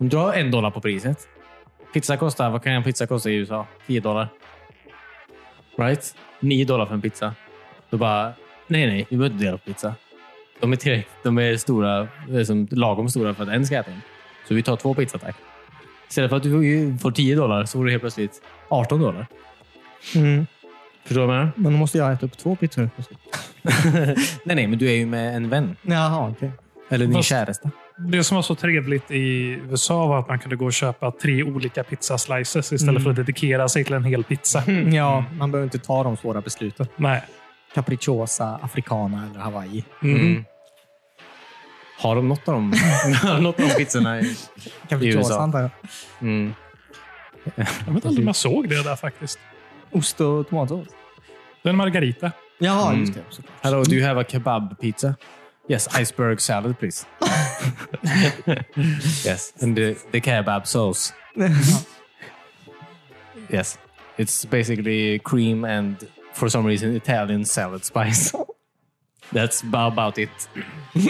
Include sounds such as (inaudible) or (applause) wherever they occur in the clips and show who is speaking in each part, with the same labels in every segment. Speaker 1: Om du har en dollar på priset. Pizza kostar, vad kan en pizza kosta i USA? 10 dollar. Right? 9 dollar för en pizza. Då bara, nej, nej, vi behöver inte dela på pizza. De är tillräckligt, de är stora, liksom, lagom stora för att en ska äta en. Så vi tar två pizza tack. Istället för att du får 10 dollar så får du helt plötsligt 18 dollar.
Speaker 2: Mm.
Speaker 1: Förstår du vad jag menar?
Speaker 2: Men då måste jag äta upp två pizzor.
Speaker 1: (laughs) nej, nej, men du är ju med en vän.
Speaker 2: Jaha, okej.
Speaker 1: Eller din
Speaker 3: Fast-
Speaker 1: käresta.
Speaker 3: Det som var så trevligt i USA var att man kunde gå och köpa tre olika pizzaslices istället för att
Speaker 1: Mm.
Speaker 3: dedikera sig till en hel pizza.
Speaker 2: Ja, man behöver inte ta de svåra besluten.
Speaker 3: Nej.
Speaker 2: Capricciosa, africana eller hawaii.
Speaker 1: Mm. Har de något av de, (laughs) har de något av de pizzorna? i-
Speaker 2: Capricciosa
Speaker 1: USA.
Speaker 2: antar jag.
Speaker 1: Mm.
Speaker 3: Jag vet inte om jag såg det där faktiskt.
Speaker 2: Ost och tomatsås.
Speaker 3: Det är en margarita.
Speaker 2: Jaha,
Speaker 1: Mm.
Speaker 2: just det. Såklart.
Speaker 1: Hello, do you have a kebab pizza? Yes, iceberg salad please. (laughs) yes, and the, the kebab (laughs) sauce. Yes, it's basically cream and for some reason Italian salad (laughs) spice. That's ba- about it.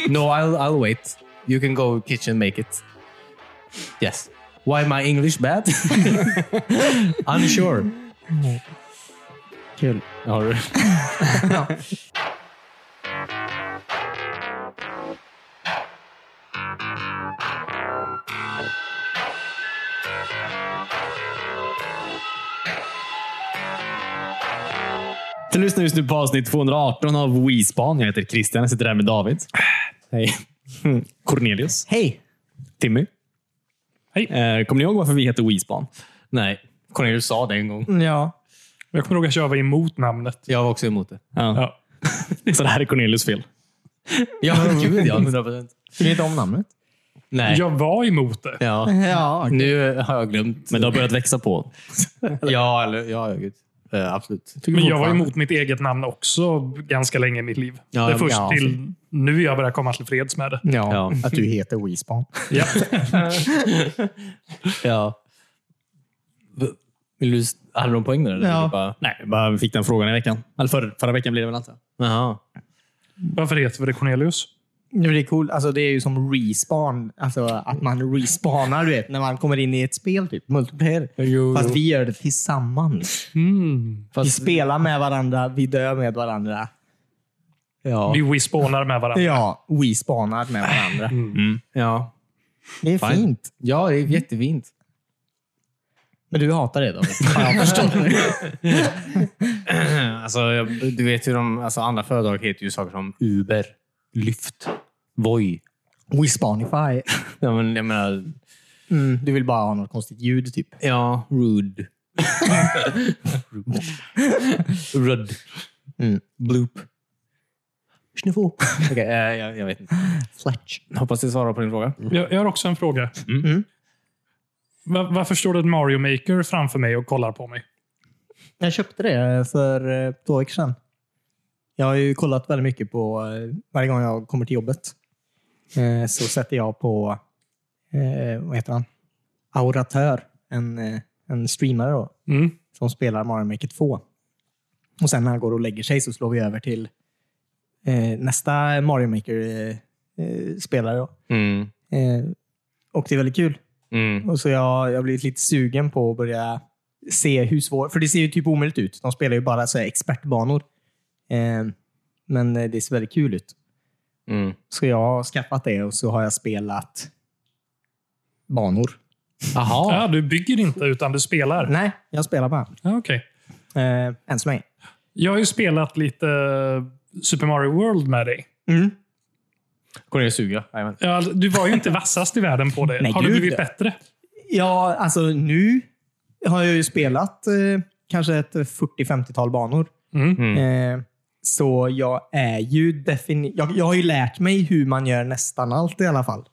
Speaker 1: no, I'll, I'll wait. You can go kitchen make it. Yes. Why my English (laughs) bad? Unsure.
Speaker 2: Kul.
Speaker 1: Har du? Du lyssnar just nu på avsnitt 218 av WeSpan. Jag heter Christian. Jag sitter här med David. Hej. Cornelius.
Speaker 2: Hej!
Speaker 4: Mm. Timmy.
Speaker 3: Hej.
Speaker 4: Eh, kommer ni ihåg varför vi heter WeSpan?
Speaker 1: Nej, Cornelius sa det en gång.
Speaker 2: Ja.
Speaker 3: Jag kommer ihåg att jag var emot namnet.
Speaker 1: Jag var också emot det.
Speaker 4: Ja.
Speaker 3: Ja.
Speaker 4: (laughs) Så det här är Cornelius fel.
Speaker 1: Ja, (laughs) gud ja. 100 Mm. procent.
Speaker 2: Tycker ni inte om namnet?
Speaker 1: Nej.
Speaker 3: Jag var emot det.
Speaker 1: Ja.
Speaker 2: Ja, okej.
Speaker 1: Nu har jag glömt.
Speaker 4: Men det har börjat växa på.
Speaker 1: Ja, eller, ja, ja gud. Eh, absolut.
Speaker 3: Men jag var
Speaker 1: fortfarande.
Speaker 3: emot mitt eget namn också ganska länge i mitt liv.
Speaker 1: Ja,
Speaker 3: det är först
Speaker 1: ja,
Speaker 3: till nu jag börjar komma till freds med det.
Speaker 2: Ja,
Speaker 1: Ja.
Speaker 2: att du heter WeSpan.
Speaker 3: Ja.
Speaker 1: Ja. V- Vill du, hade de poäng där? Eller?
Speaker 2: Ja.
Speaker 1: Du Bara,
Speaker 4: Nej, bara vi fick den frågan i veckan. Eller för, förra veckan blir det väl inte?
Speaker 1: Jaha.
Speaker 3: (laughs) Varför heter vi det Cornelius?
Speaker 2: Nu är (laughs) det cool. Alltså, det är ju som respawn. Alltså att man respawnar, du vet. När man kommer in i ett spel, typ. Multiplayer.
Speaker 1: Jo,
Speaker 2: Fast vi gör det tillsammans.
Speaker 1: Mm.
Speaker 2: Vi spelar med varandra, vi dör med varandra.
Speaker 1: ja.
Speaker 3: Vi spånar med varandra.
Speaker 2: Ja, vi spanar med varandra.
Speaker 1: Mm. Ja.
Speaker 2: Det är
Speaker 1: Fine.
Speaker 2: fint.
Speaker 1: ja, det är jättefint.
Speaker 2: Men du hatar det då? (laughs) Ja, jag förstår. (laughs)
Speaker 1: Alltså, jag, du vet ju de alltså, andra företag heter ju saker som Uber, Lyft, Voi.
Speaker 2: We spanify.
Speaker 1: Ja, men, jag menar,
Speaker 2: Mm, du vill bara ha något konstigt ljud, typ.
Speaker 1: ja,
Speaker 2: (laughs)
Speaker 1: Rude. Rudd.
Speaker 2: Mm.
Speaker 1: Bloop. Sniffo. Okej, eh, jag, jag vet inte.
Speaker 2: Fletch.
Speaker 1: Hoppas jag svarar på din fråga.
Speaker 3: Jag, jag har också en fråga.
Speaker 2: Mm.
Speaker 3: Va- varför står det en Mario Maker framför mig och kollar på mig?
Speaker 2: Jag köpte det för eh, två veckor sedan. Jag har ju kollat väldigt mycket på, eh, varje gång jag kommer till jobbet, eh, så sätter jag på, eh, vad heter han? Auratör, en, eh, en streamare då,
Speaker 3: Mm.
Speaker 2: som spelar Mario Maker 2. Och sen när han går och lägger sig så slår vi över till eh, nästa Mario Maker-spelare. då.
Speaker 1: Mm.
Speaker 2: eh, och det är väldigt kul.
Speaker 1: Mm.
Speaker 2: Och så jag, jag har blivit lite sugen på att börja se hur svår... För det ser ju typ omöjligt ut. De spelar ju bara så här expertbanor. Eh, men eh, det ser väldigt kul ut.
Speaker 1: Mm.
Speaker 2: Så jag har skaffat det och så har jag spelat banor.
Speaker 1: Aha.
Speaker 3: Ja, du bygger inte, utan du spelar.
Speaker 2: Nej, jag spelar bara.
Speaker 3: Ja, okej.
Speaker 2: Eh, än så länge.
Speaker 3: Jag har ju spelat lite Super Mario World med dig.
Speaker 2: Mm.
Speaker 1: Cornelius suger. Jajamän.
Speaker 3: Ja, alltså, Du var ju (laughs) inte vassast i världen på det.
Speaker 2: Nej,
Speaker 3: har du
Speaker 2: gud,
Speaker 3: blivit
Speaker 2: ja.
Speaker 3: bättre?
Speaker 2: Ja, alltså nu har jag ju spelat eh, kanske ett 40-50-tal banor.
Speaker 3: Mm.
Speaker 2: Eh, så jag är ju defini- jag, jag har ju lärt mig hur man gör nästan allt i alla fall.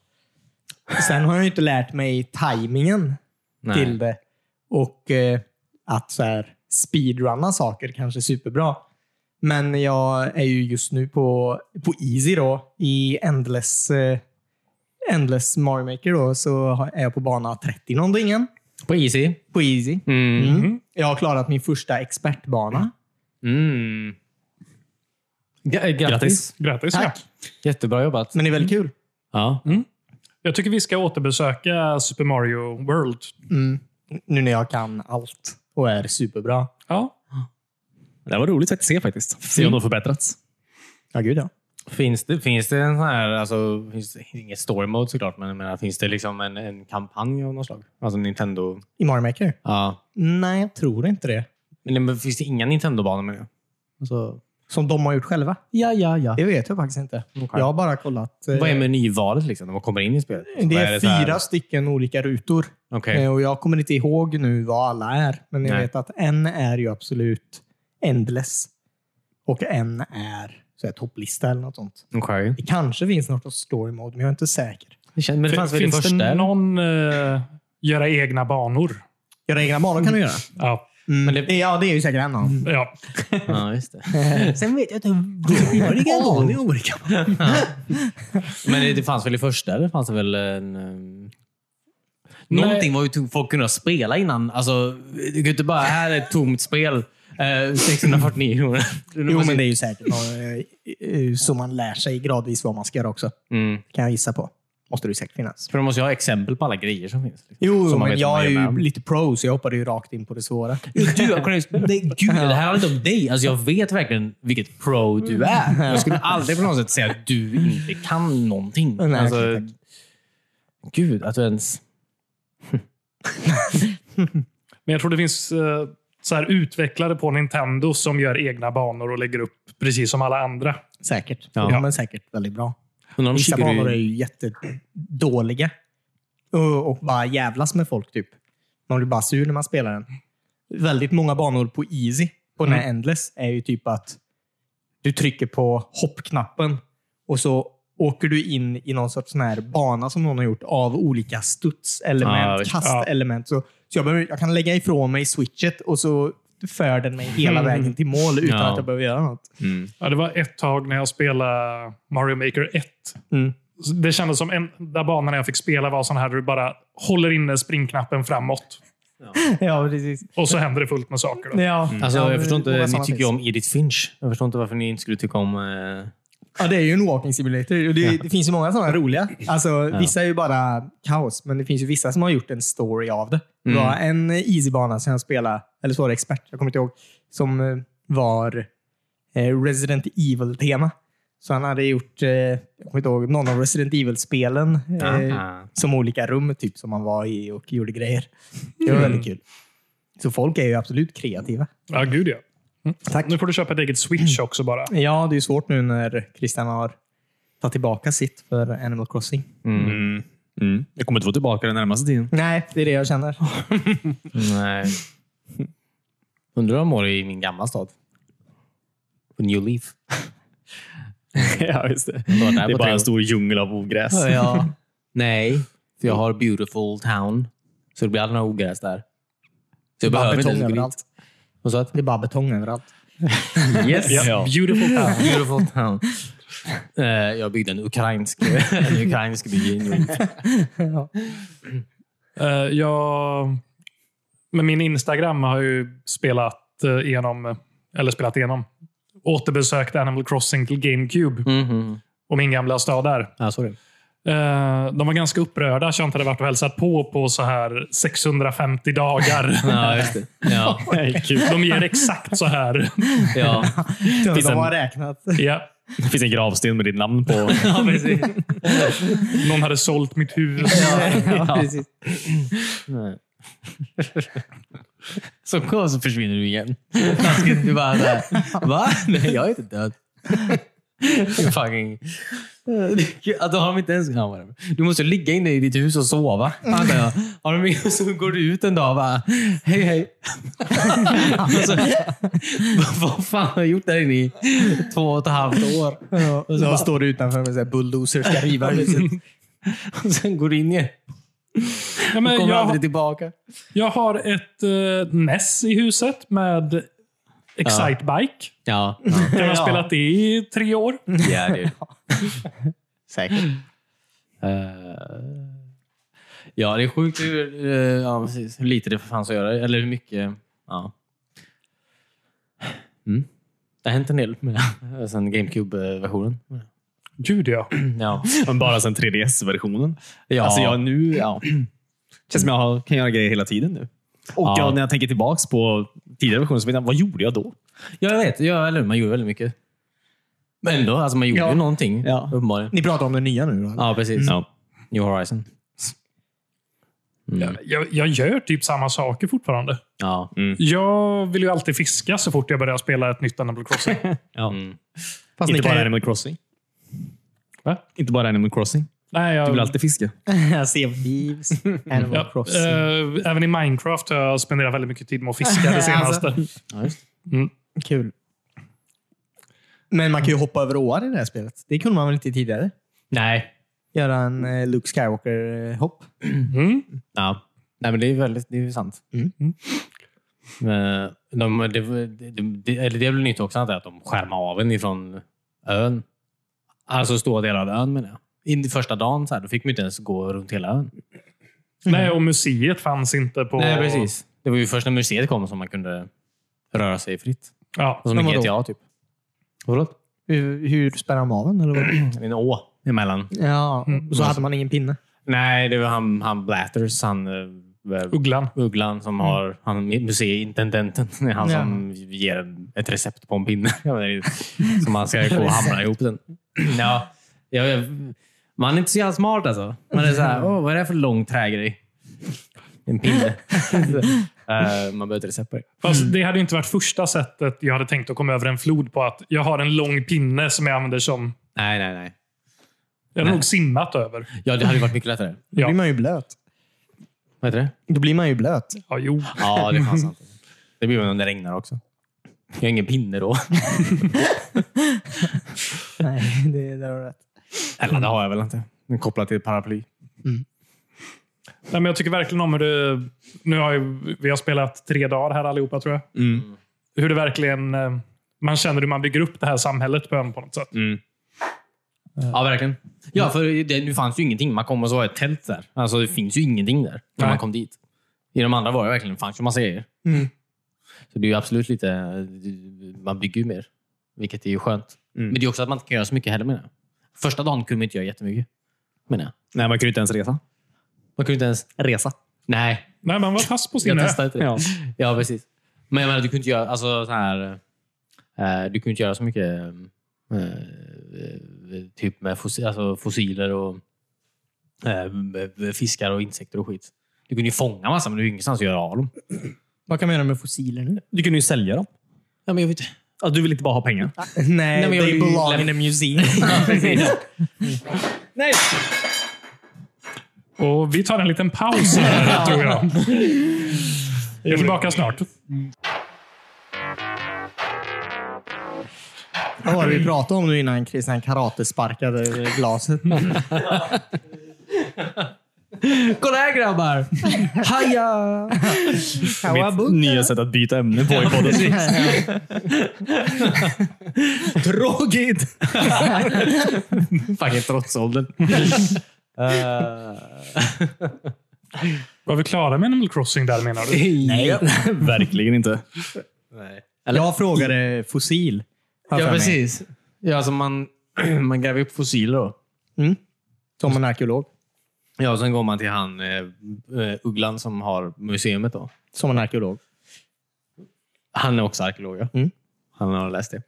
Speaker 2: Sen har jag ju inte lärt mig tajmingen
Speaker 1: Nej.
Speaker 2: till det. Och eh, att så här, speedrunna saker kanske är superbra. Men jag är ju just nu på, på Easy då, i Endless, eh, endless Mario Maker då, så har- är jag på bana 30 någonting
Speaker 1: På Easy.
Speaker 2: på Easy.
Speaker 1: Mm.
Speaker 2: Mm. Jag har klarat min första expertbana.
Speaker 1: Mm. Grattis.
Speaker 3: Grattis.
Speaker 2: Tack.
Speaker 3: Ja.
Speaker 1: eh, Jättebra jobbat. Mm.
Speaker 2: Men det är väldigt kul.
Speaker 1: Ja.
Speaker 3: Mm. Jag tycker vi ska återbesöka Super Mario World.
Speaker 2: Mm. Nu när jag kan allt och är superbra.
Speaker 3: Ja,
Speaker 4: Det var roligt att se faktiskt. Se om de har förbättrats.
Speaker 2: Ja, gud ja.
Speaker 1: Finns det, finns det en sån här, alltså, finns det, inget story mode såklart, men jag menar, finns det liksom en, en kampanj av något slag? Alltså Nintendo?
Speaker 2: I Mario Maker?
Speaker 1: Ja.
Speaker 2: Nej, jag tror inte det.
Speaker 1: Men, men finns det inga Nintendo-banor menar jag? Alltså,
Speaker 2: Som de har gjort själva?
Speaker 1: ja, ja, ja.
Speaker 2: Det vet jag faktiskt inte. Jag har bara kollat. eh,
Speaker 1: Vad är menyvalet liksom, när man kommer in i spelet?
Speaker 2: det
Speaker 1: Vad
Speaker 2: är,
Speaker 1: så här-
Speaker 2: fyra stycken olika rutor.
Speaker 1: Okej.
Speaker 2: Eh, Och jag kommer inte ihåg nu vad alla är, men jag
Speaker 1: Nej.
Speaker 2: vet att en är ju absolut endless. Och en är så här, topplista eller något sånt.
Speaker 1: okej.
Speaker 2: Det kanske finns något story mode, men jag är inte säker.
Speaker 1: Det känns- Men det fanns väl i
Speaker 3: finns
Speaker 1: första?
Speaker 3: det
Speaker 1: eller?
Speaker 3: någon eh, göra egna banor?
Speaker 2: Göra egna banor kan du göra.
Speaker 3: Ja.
Speaker 2: Mm.
Speaker 1: Men
Speaker 2: det... Mm. Ja, det är ju säkert en av dem.
Speaker 3: ja.
Speaker 1: Ja, just det.
Speaker 2: Sen vet jag inte hur olika olika.
Speaker 1: (laughs) Men det- det fanns väl i första? Det fanns det väl en... ehm,
Speaker 3: Nej.
Speaker 1: Någonting var ju to- folk kunde spela innan. Alltså, du kan ju inte bara, här är ett tomt spel. Eh, 649 kronor.
Speaker 2: Jo, men det är ju säkert något, så man lär sig gradvis vad man ska göra också.
Speaker 1: Mm.
Speaker 2: Kan jag gissa på. Måste det ju säkert finnas.
Speaker 1: För de måste ju ha exempel på alla grejer som finns. liksom.
Speaker 2: Jo,
Speaker 1: Som man
Speaker 2: men
Speaker 1: vet vad man
Speaker 2: jag är
Speaker 1: gör med
Speaker 2: ju
Speaker 1: dem.
Speaker 2: lite pro, så jag hoppade ju rakt in på det svåra.
Speaker 1: Du, Cornelius, det, gud, det här handlar inte om dig. Alltså, jag vet verkligen vilket pro du
Speaker 2: Mm.
Speaker 1: är. Jag
Speaker 2: (laughs)
Speaker 1: skulle aldrig på något sätt säga att du inte kan någonting.
Speaker 2: Nej,
Speaker 1: alltså,
Speaker 2: okej,
Speaker 1: gud, att du ens...
Speaker 3: Men jag tror det finns eh, så här utvecklare på Nintendo som gör egna banor och lägger upp precis som alla andra.
Speaker 2: Säkert.
Speaker 1: Ja.
Speaker 2: Ja. men säkert väldigt bra.
Speaker 1: Undrar om
Speaker 2: Vissa
Speaker 1: Shigeru-
Speaker 2: banor är ju jättedåliga. Och, och bara jävlas med folk, typ. Man blir bara sur när man spelar den. Väldigt många banor på Easy, på den
Speaker 1: Mm.
Speaker 2: här Endless, är ju typ att du trycker på hoppknappen och så åker du in i någon sorts sån här bana som någon har gjort av olika
Speaker 1: Ja,
Speaker 2: studselement,
Speaker 1: visst.
Speaker 2: kastelement. Så, så jag, behöver, jag kan lägga ifrån mig switchet och så för den mig hela vägen till mål utan
Speaker 1: Mm. Ja.
Speaker 2: att jag behöver göra något. (laughs)
Speaker 3: Ja, det var ett tag när jag spelade Mario Maker 1.
Speaker 2: Mm.
Speaker 3: Så Det kändes som enda banan jag fick spela var sån här där du bara håller inne springknappen framåt.
Speaker 2: Ja, precis.
Speaker 3: Och så händer det fullt med saker. Då.
Speaker 2: Ja.
Speaker 1: Alltså,
Speaker 2: Ja,
Speaker 1: jag
Speaker 2: men
Speaker 1: förstår inte,
Speaker 2: många
Speaker 1: ni
Speaker 2: sådana
Speaker 1: tycker ju
Speaker 2: finns.
Speaker 1: om Edith Finch. Jag förstår inte varför ni inte skulle tycka om... Eh...
Speaker 2: Ja, det är ju en walking simulator. Och det, det finns ju många sådana roliga. Alltså, Vissa är ju bara kaos, men det finns ju vissa som har gjort en story av det. Det var en easybana som jag spelade, eller så var det expert, jag kommer inte ihåg, som eh, var eh, Resident Evil-tema. Så han hade gjort, eh, jag kommer inte ihåg, någon av Resident Evil-spelen eh,
Speaker 1: Aha.
Speaker 2: som olika rum typ som man var i och gjorde grejer. Det var väldigt kul. Så folk är ju absolut kreativa.
Speaker 3: Ja, gud ja. Mm.
Speaker 2: Tack.
Speaker 3: Nu får du köpa ett eget Switch också bara.
Speaker 2: Ja, det är ju svårt nu när Christian har tagit tillbaka sitt för Animal Crossing.
Speaker 4: Mm. Mm. Jag kommer inte få tillbaka den närmaste tiden.
Speaker 2: Nej, det är det jag känner.
Speaker 1: Nej. Undrar om det i min gamla stad. På New Leaf.
Speaker 4: (laughs) ja, just det.
Speaker 1: var där
Speaker 4: Det är
Speaker 1: på
Speaker 4: bara
Speaker 1: tre år.
Speaker 4: en stor djungel av ogräs.
Speaker 1: Ja. (laughs) Nej, för jag har beautiful town. Så det blir aldrig några ogräs där. Så jag
Speaker 2: Bara
Speaker 1: behöver inte
Speaker 2: betong
Speaker 1: ens gå dit.
Speaker 2: överallt.
Speaker 1: Vad sa
Speaker 2: Det är bara betong överallt.
Speaker 1: du? Yes.
Speaker 3: Ja, beautiful town.
Speaker 1: Beautiful town. Eh, jag byggde en ukrainsk, en ukrainsk by i New Leaf.
Speaker 3: Eh, jag, med min Instagram har jag ju spelat eh, igenom, eller spelat igenom, återbesökt Animal Crossing till GameCube
Speaker 1: Mhm.
Speaker 3: och min gamla stad där.
Speaker 1: Ja, sorry.
Speaker 3: Eh, de var ganska upprörda, så jag inte hade varit och hälsat på på så här 650 dagar.
Speaker 1: Ja, just det. (laughs)
Speaker 4: (laughs)
Speaker 1: Ja,
Speaker 4: Nej, kul.
Speaker 3: De ger exakt så
Speaker 1: (laughs)
Speaker 3: här.
Speaker 1: ja.
Speaker 2: De
Speaker 4: en-
Speaker 2: har räknat.
Speaker 3: Ja.
Speaker 4: Det finns en gravsten med ditt namn (laughs) på.
Speaker 1: ja precis.
Speaker 3: Någon hade sålt mitt
Speaker 1: (laughs)
Speaker 3: hus.
Speaker 2: (laughs) Ja, precis.
Speaker 1: Nej. Som kom så försvinner du igen. Taskigt. Du bara där. Va? Nej, jag är inte död. You fucking... Att de har de inte ens... Ja, whatever. Du måste ligga inne i ditt hus och sova. antar jag. Har de med så går du ut en dag och bara, hej hej. alltså, vad- vad fan har jag gjort där inne i två och ett halvt år?
Speaker 2: Ja, och
Speaker 1: så
Speaker 2: så
Speaker 1: bara-
Speaker 2: står det utanför med så här bulldozer ska riva huset.
Speaker 1: Och sen går du in igen
Speaker 3: Ja, men
Speaker 1: och kommer
Speaker 3: jag,
Speaker 1: aldrig tillbaka.
Speaker 3: jag har ett uh, NES i huset med Excitebike.
Speaker 1: Ja, Mm.
Speaker 3: Jag har spelat det i tre år.
Speaker 1: ja det är
Speaker 2: (laughs) Säkert.
Speaker 1: Eh, ja, det är sjukt hur, eh, ja, precis, hur lite det fanns att göra. Eller hur mycket. Ja. Mm. Det har hänt en del med, sen GameCube-versionen.
Speaker 3: Gud ja.
Speaker 1: Ja.
Speaker 4: Men bara sen 3DS-versionen.
Speaker 1: Ja.
Speaker 4: Alltså jag nu, ja. känns som jag har- kan göra grejer hela tiden nu. Och
Speaker 1: Ja.
Speaker 4: jag, när jag tänker tillbaks på tidigare versioner så vet jag, vad gjorde jag då?
Speaker 1: Ja, jag vet. Ja, eller hur, man gjorde väldigt mycket. Men ändå, alltså man gjorde
Speaker 2: Ja. Mm.
Speaker 1: ju någonting.
Speaker 4: Ja.
Speaker 1: Uppenbarligen.
Speaker 2: Ni pratar om det nya nu då? eller?
Speaker 1: Ja, precis.
Speaker 4: Ja.
Speaker 1: New Horizon.
Speaker 3: Jag- Jag, jag gör typ samma saker fortfarande.
Speaker 1: Ja.
Speaker 4: Mm.
Speaker 3: Jag vill ju alltid fiska så fort jag börjar spela ett nytt Animal Crossing.
Speaker 4: Ja.
Speaker 1: Mm.
Speaker 2: Fast ni
Speaker 4: Inte
Speaker 2: kan
Speaker 4: bara
Speaker 2: ju-
Speaker 4: Animal Crossing.
Speaker 3: Va?
Speaker 4: Inte bara Animal Crossing.
Speaker 3: Nej, jag,
Speaker 4: Du vill alltid fiska.
Speaker 2: (laughs) Sea of Thieves, Animal
Speaker 3: ja,
Speaker 2: Crossing.
Speaker 3: eh, även i Minecraft har jag spenderat väldigt mycket tid med att fiska det senaste.
Speaker 1: Ja, just.
Speaker 3: Mm.
Speaker 2: Kul. Men man kan ju hoppa över åar i det här spelet. Det kunde man väl inte tidigare?
Speaker 1: Nej.
Speaker 2: Göra en eh, Luke Skywalker-hopp.
Speaker 3: Mm.
Speaker 1: Ja. Nej, men det är väldigt det är ju sant.
Speaker 2: Mm.
Speaker 1: Men de, det, det, det, eller det är väl nytt också antar jag, att de skärmar av en ifrån ön. Alltså stora delar av ön menar jag. In i första dagen så här, då fick man ju inte ens gå runt hela ön.
Speaker 3: Nej, och museet fanns inte på...
Speaker 1: Nej, precis. Det var ju först när museet kom som man kunde röra sig fritt.
Speaker 3: Ja.
Speaker 1: Och som i
Speaker 2: Men vadå?
Speaker 1: GTA typ. Förlåt?
Speaker 2: Hur, hur spärrar man av den? Eller (clears throat) vad?
Speaker 1: Mm, En å emellan.
Speaker 2: Ja,
Speaker 3: Mm.
Speaker 2: och så hade man ingen pinne.
Speaker 1: Nej, det var han, han Blatters, han eh,
Speaker 3: Ugglan.
Speaker 1: Ugglan som har han, museintendenten. (laughs) Det är han
Speaker 2: Ja.
Speaker 1: som ger en, ett recept på en pinne. (laughs) Jag menar, det (laughs) är- som man ska gå och hamra ihop den. (clears throat) Ja, jag, jag, man är inte så jävla smart alltså. Man är så här, Åh, vad är det här för lång trägrej? En (laughs) pinne. Eh, man behöver ett recept på det.
Speaker 3: Fast det hade ju inte varit första sättet jag hade tänkt att komma över en flod på. att Jag har en lång pinne som jag använder som...
Speaker 1: Nej, nej, nej.
Speaker 3: Jag hade
Speaker 1: Nej.
Speaker 3: nog simmat över.
Speaker 1: Ja, det hade ju varit mycket lättare.
Speaker 2: Då
Speaker 3: Ja,
Speaker 2: blir man ju blöt.
Speaker 1: Vad heter det?
Speaker 2: Då blir man ju (laughs) blöt.
Speaker 3: ja jo.
Speaker 1: Ja, det fanns sant. (laughs) Det blir man om det regnar också. Jag har ingen pinne (laughs) då.
Speaker 2: Nej, det, där har du rätt.
Speaker 1: Eller det har jag väl inte. Men Kopplat till paraply.
Speaker 3: Nej, men jag tycker verkligen om hur det... Nu har ju, vi har spelat tre dagar här allihopa, tror jag.
Speaker 4: Mm.
Speaker 3: Hur det verkligen... eh, Man känner hur man bygger upp det här samhället på ön på något sätt.
Speaker 1: Ja, verkligen. Ja, för det, nu fanns ju ingenting. Man kom och så var ett tält där. Alltså, det finns ju ingenting där när
Speaker 3: Nej.
Speaker 1: man kom dit. I de andra var det verkligen, fanns ju massa grejer.
Speaker 2: Mm.
Speaker 1: Så det är ju absolut lite, man bygger ju mer. Vilket är ju skönt.
Speaker 4: Mm.
Speaker 1: Men det är också att man inte kan göra så mycket heller menar jag. Första dagen kunde man inte göra jättemycket. Menar jag.
Speaker 4: Nej, man kunde inte ens resa.
Speaker 1: Man kunde inte ens...
Speaker 4: Resa?
Speaker 1: Nej,
Speaker 3: Nej, man var fast på sin
Speaker 1: jag
Speaker 3: ö.
Speaker 1: testade inte det. Ja.
Speaker 4: Ja.
Speaker 1: precis. Men jag menar, du kunde inte göra, alltså, så här, eh, du kunde inte göra så mycket eh, eh, typ med fossil, alltså, fossiler och eh, med fiskar och insekter och skit. Du kunde ju fånga massa, men du har ju ingenstans att göra av dem.
Speaker 2: Vad kan man göra med fossiler nu?
Speaker 4: Du kunde ju sälja dem.
Speaker 1: Ja, men jag vet.
Speaker 4: Alltså, du vill inte bara ha pengar.
Speaker 2: Nej,
Speaker 1: men jag
Speaker 2: they
Speaker 1: vill ju
Speaker 2: belong
Speaker 1: lämna-
Speaker 2: in a
Speaker 1: (laughs)
Speaker 2: museum.
Speaker 1: Nej!
Speaker 3: Och vi tar en liten paus här, tror jag. Jag är tillbaka snart.
Speaker 2: Vad var det vi pratade om nu innan Christian karate sparkade glaset?
Speaker 1: Kolla här grabbar! Haja!
Speaker 4: Mitt nya sätt att byta ämne på i
Speaker 1: (laughs)
Speaker 2: (laughs)
Speaker 4: podden. Tråkigt!
Speaker 1: Fucking trotsåldern.
Speaker 3: Var vi klara med Animal Crossing där, menar du?
Speaker 2: (laughs)
Speaker 1: Nej.
Speaker 4: Verkligen inte.
Speaker 2: Jag frågade fossil. har
Speaker 1: Ja,
Speaker 2: jag för mig.
Speaker 1: precis. Ja, alltså man, (clears throat) man gräver upp fossiler då.
Speaker 2: Mm. Som en arkeolog.
Speaker 1: Ja, och sen går man till han eh, eh, Ugglan som har museet. Då.
Speaker 2: Som en arkeolog.
Speaker 1: Han är också arkeolog. Ja.
Speaker 2: Mm.
Speaker 1: Han har läst det.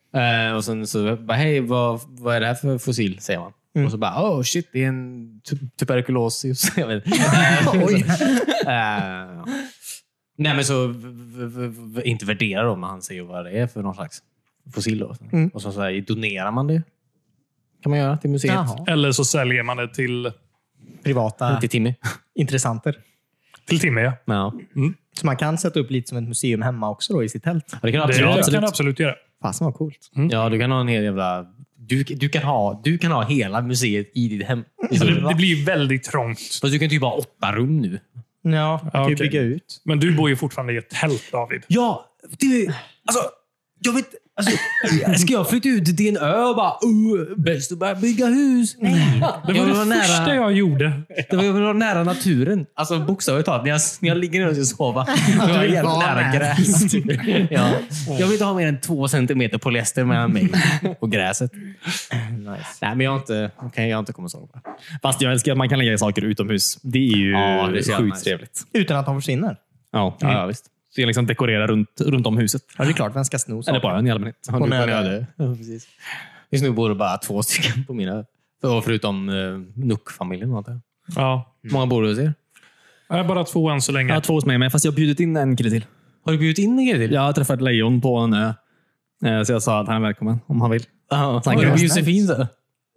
Speaker 1: Eh, och sen så bara, hej, vad, vad är det här för fossil? Säger man.
Speaker 2: Mm.
Speaker 1: Och så bara, oh shit, det är en tu- tuberkulosis. (laughs) Jag vet inte.
Speaker 2: (laughs) Oj.
Speaker 1: eh, nej, men så v- v- v- v- inte värdera då, men han säger vad det är för någon slags fossil. Då.
Speaker 2: Mm.
Speaker 1: Och så, så här, donerar man det. Kan man göra till museet.
Speaker 2: Jaha.
Speaker 3: Eller så säljer man det till,
Speaker 2: Privata
Speaker 1: Till Timmy.
Speaker 2: intressanter.
Speaker 3: till Timmy. Ja.
Speaker 1: Ja.
Speaker 2: Så man kan sätta upp lite som ett museum hemma också då, i sitt tält.
Speaker 1: Ja, Det kan du
Speaker 3: Det
Speaker 1: absolut, absolut.
Speaker 3: kan du absolut göra.
Speaker 2: Fasen vad coolt.
Speaker 1: Ja, du kan ha en hel jävla... Du, du, kan ha, du kan ha hela museet i ditt hem.
Speaker 3: Så Alltså, det, det blir ju väldigt trångt.
Speaker 1: Fast du kan typ ha åtta rum nu.
Speaker 2: Ja, man kan ju
Speaker 3: okej.
Speaker 2: bygga ut.
Speaker 3: Men du bor ju fortfarande i ett tält, David.
Speaker 1: Ja! Det, alltså, Jag vet alltså, Ska jag flytta ut till en ö och bara uh, bäst att börja bygga hus? Nej.
Speaker 3: Det var det första jag gjorde.
Speaker 1: Det var, jag vill vara nära naturen. Alltså bokstavligt talat. När jag, när jag ligger ner och ska sova. Då är jag
Speaker 2: vill
Speaker 1: jävligt
Speaker 2: vara
Speaker 1: nära
Speaker 2: nära.
Speaker 1: (laughs) gräs. ja. Jag vill inte ha mer än två centimeter polyester mellan (laughs) mig och gräset. Nej, men jag har inte, okay, jag har inte kommit så långt.
Speaker 4: Fast jag älskar att man kan lägga saker utomhus. Det är ju
Speaker 1: Ja, det är så jävla
Speaker 4: sjukt
Speaker 1: nice.
Speaker 4: trevligt.
Speaker 2: Utan att de försvinner.
Speaker 4: Ja.
Speaker 1: Ja, ja, visst.
Speaker 4: Så jag liksom dekorerar runt, runt om huset.
Speaker 2: Ja, det är klart. Vem ska sno
Speaker 4: Eller
Speaker 2: saker?
Speaker 4: på ön i allmänhet.
Speaker 2: På
Speaker 1: Ja,
Speaker 2: nära.
Speaker 1: det. Ja, precis. Just nu bor det bara två stycken på mina För- Förutom eh, Nuck-familjen. antar jag.
Speaker 3: Ja.
Speaker 1: Hur många bor det hos er?
Speaker 3: Jag är bara två än så
Speaker 4: Jag har
Speaker 3: länge.
Speaker 4: två hos mig med, fast jag har bjudit in en kille till.
Speaker 1: Har du bjudit in en grej till?
Speaker 4: Jag har träffat Lejon på en ö. Eh, Så jag sa att han är välkommen om han vill.
Speaker 1: Ja.
Speaker 4: Tack.
Speaker 1: Har du Josefin? så?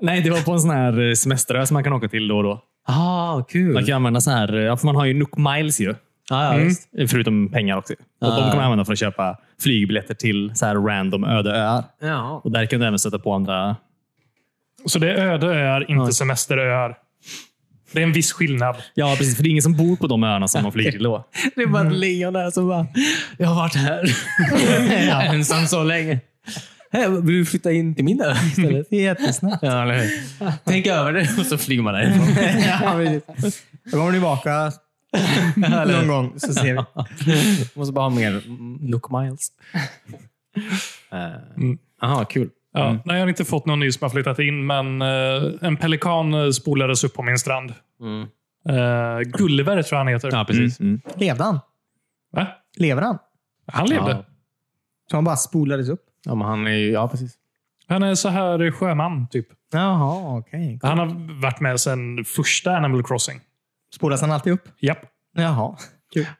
Speaker 4: Nej, det var på en sån här eh, semesterö som man kan åka till då och då.
Speaker 1: Ah, kul.
Speaker 4: Man kan använda så här, eh, ja, för man har ju Nook Miles ju. Mm.
Speaker 1: Ja, ja, visst.
Speaker 4: Förutom pengar också. Och
Speaker 1: Ah.
Speaker 4: De kan man använda för att köpa flygbiljetter till så här random öde öar.
Speaker 1: Ja.
Speaker 4: Och där kan du även sätta på andra...
Speaker 3: Så det är öde öar, inte semesteröar. Det är en viss skillnad.
Speaker 4: Ja, precis. För det är ingen som bor på de öarna som man flyger till då.
Speaker 1: Det är bara ett lejon där som bara, jag har varit (laughs) här ensam så länge. Hej, vill du flytta in till min ö (laughs) istället?
Speaker 2: Det är jättesnällt.
Speaker 1: ja, eller hur? Tänk över det och så flyger man (laughs) därifrån.
Speaker 2: ja, precis. Då kommer ni tillbaka någon gång så ser vi.
Speaker 1: Måste bara ha mer Nook Miles.
Speaker 3: Mm.
Speaker 1: Jaha, kul.
Speaker 3: Ja, Mm. Nej, jag har inte fått någon ny som har flyttat in, men eh, en pelikan eh, spolades upp på min strand.
Speaker 1: Mm.
Speaker 3: Eh, Gulliver tror jag han heter.
Speaker 4: Ja, precis. Mm.
Speaker 2: Levde han?
Speaker 3: Va?
Speaker 2: Lever han?
Speaker 3: Han levde.
Speaker 1: Ja.
Speaker 2: Så han bara spolades upp?
Speaker 1: Ja, men han är ju, ja precis.
Speaker 3: Han är så här sjöman, typ.
Speaker 2: Jaha, okej.
Speaker 3: Han har varit med sedan första Animal Crossing.
Speaker 2: Spolas han alltid upp?
Speaker 3: Japp.
Speaker 2: Jaha.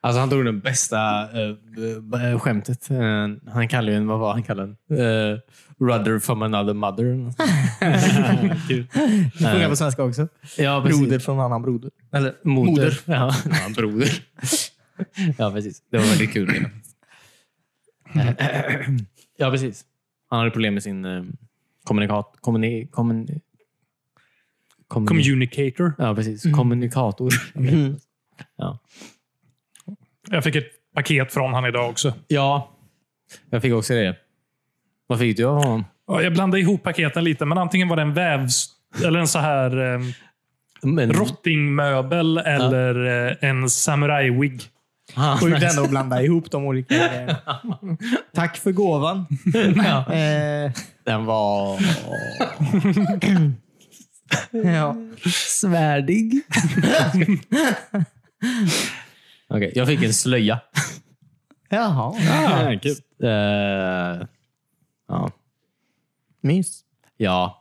Speaker 1: Alltså han tog det bästa eh, b- eh, skämtet. Eh, han kallade ju en, vad var han kallade den? Eh, Rudder from another mother. eller något sånt. Kul.
Speaker 2: Det funkar på svenska också.
Speaker 1: ja, precis.
Speaker 2: Broder från annan broder.
Speaker 1: Eller moder. Ja, ja, broder. (laughs) ja, precis. Det var väldigt kul. (clears throat) ja, precis. Han hade problem med sin eh, kommunikat... Kommuni, kommun, kommun,
Speaker 3: Communicator.
Speaker 1: ja, precis. Kommunikator.
Speaker 2: Mm.
Speaker 3: Jag fick ett paket från han idag också.
Speaker 1: ja, jag fick också det. Vad fick du av honom?
Speaker 3: Ja, Jag blandade ihop paketen lite, men antingen var det en vävs... Eller en så här eh,
Speaker 1: Men,
Speaker 3: rottingmöbel eller eh, en samurajwig.
Speaker 1: Ah,
Speaker 2: Sjukt
Speaker 1: nice.
Speaker 2: ändå att blanda ihop
Speaker 1: (laughs)
Speaker 2: de olika grejerna. Tack för gåvan.
Speaker 1: Ja.
Speaker 2: Eh,
Speaker 1: Den var
Speaker 2: ja.
Speaker 1: svärdig. Okej, jag fick en slöja.
Speaker 2: Jaha.
Speaker 4: Ja, kul.
Speaker 1: Eh, ja.
Speaker 2: Mys.
Speaker 1: Ja.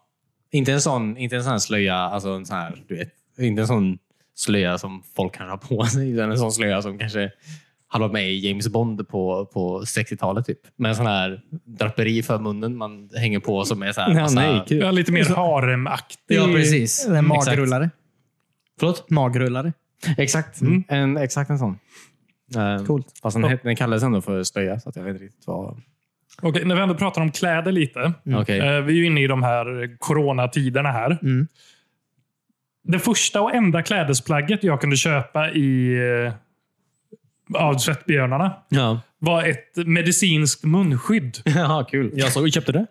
Speaker 1: Inte en sån, inte en sån här slöja, alltså en sån här, du vet, inte en sån slöja som folk kanske har på (laughs) sig, utan en sån slöja som kanske hade varit med i James Bond på, på 60-talet. Typ. Med en sån här draperi för munnen man hänger på som är så här...
Speaker 4: Ja,
Speaker 2: Alltså,
Speaker 4: nej, kul.
Speaker 3: Ja, lite mer haremaktig.
Speaker 1: ja precis.
Speaker 2: En
Speaker 1: Exakt.
Speaker 2: magrullare.
Speaker 1: Förlåt?
Speaker 2: Magrullare.
Speaker 1: Exakt.
Speaker 4: Mm.
Speaker 1: Mm. En, exakt en sån. Ehm,
Speaker 2: Coolt.
Speaker 1: Fast den, het- den kallades ändå för slöja, så att jag vet inte riktigt vad...
Speaker 3: Mm. Okej, när vi ändå pratar om kläder lite.
Speaker 1: Mm.
Speaker 4: Mm.
Speaker 1: Okej.
Speaker 3: Eh, Vi är ju inne i de här coronatiderna här.
Speaker 2: Mm.
Speaker 3: Det första och enda klädesplagget jag kunde köpa i eh, av svettbjörnarna
Speaker 1: Ja.
Speaker 3: var ett medicinskt munskydd.
Speaker 1: (laughs) ja, kul.
Speaker 4: Jag såg, köpte det.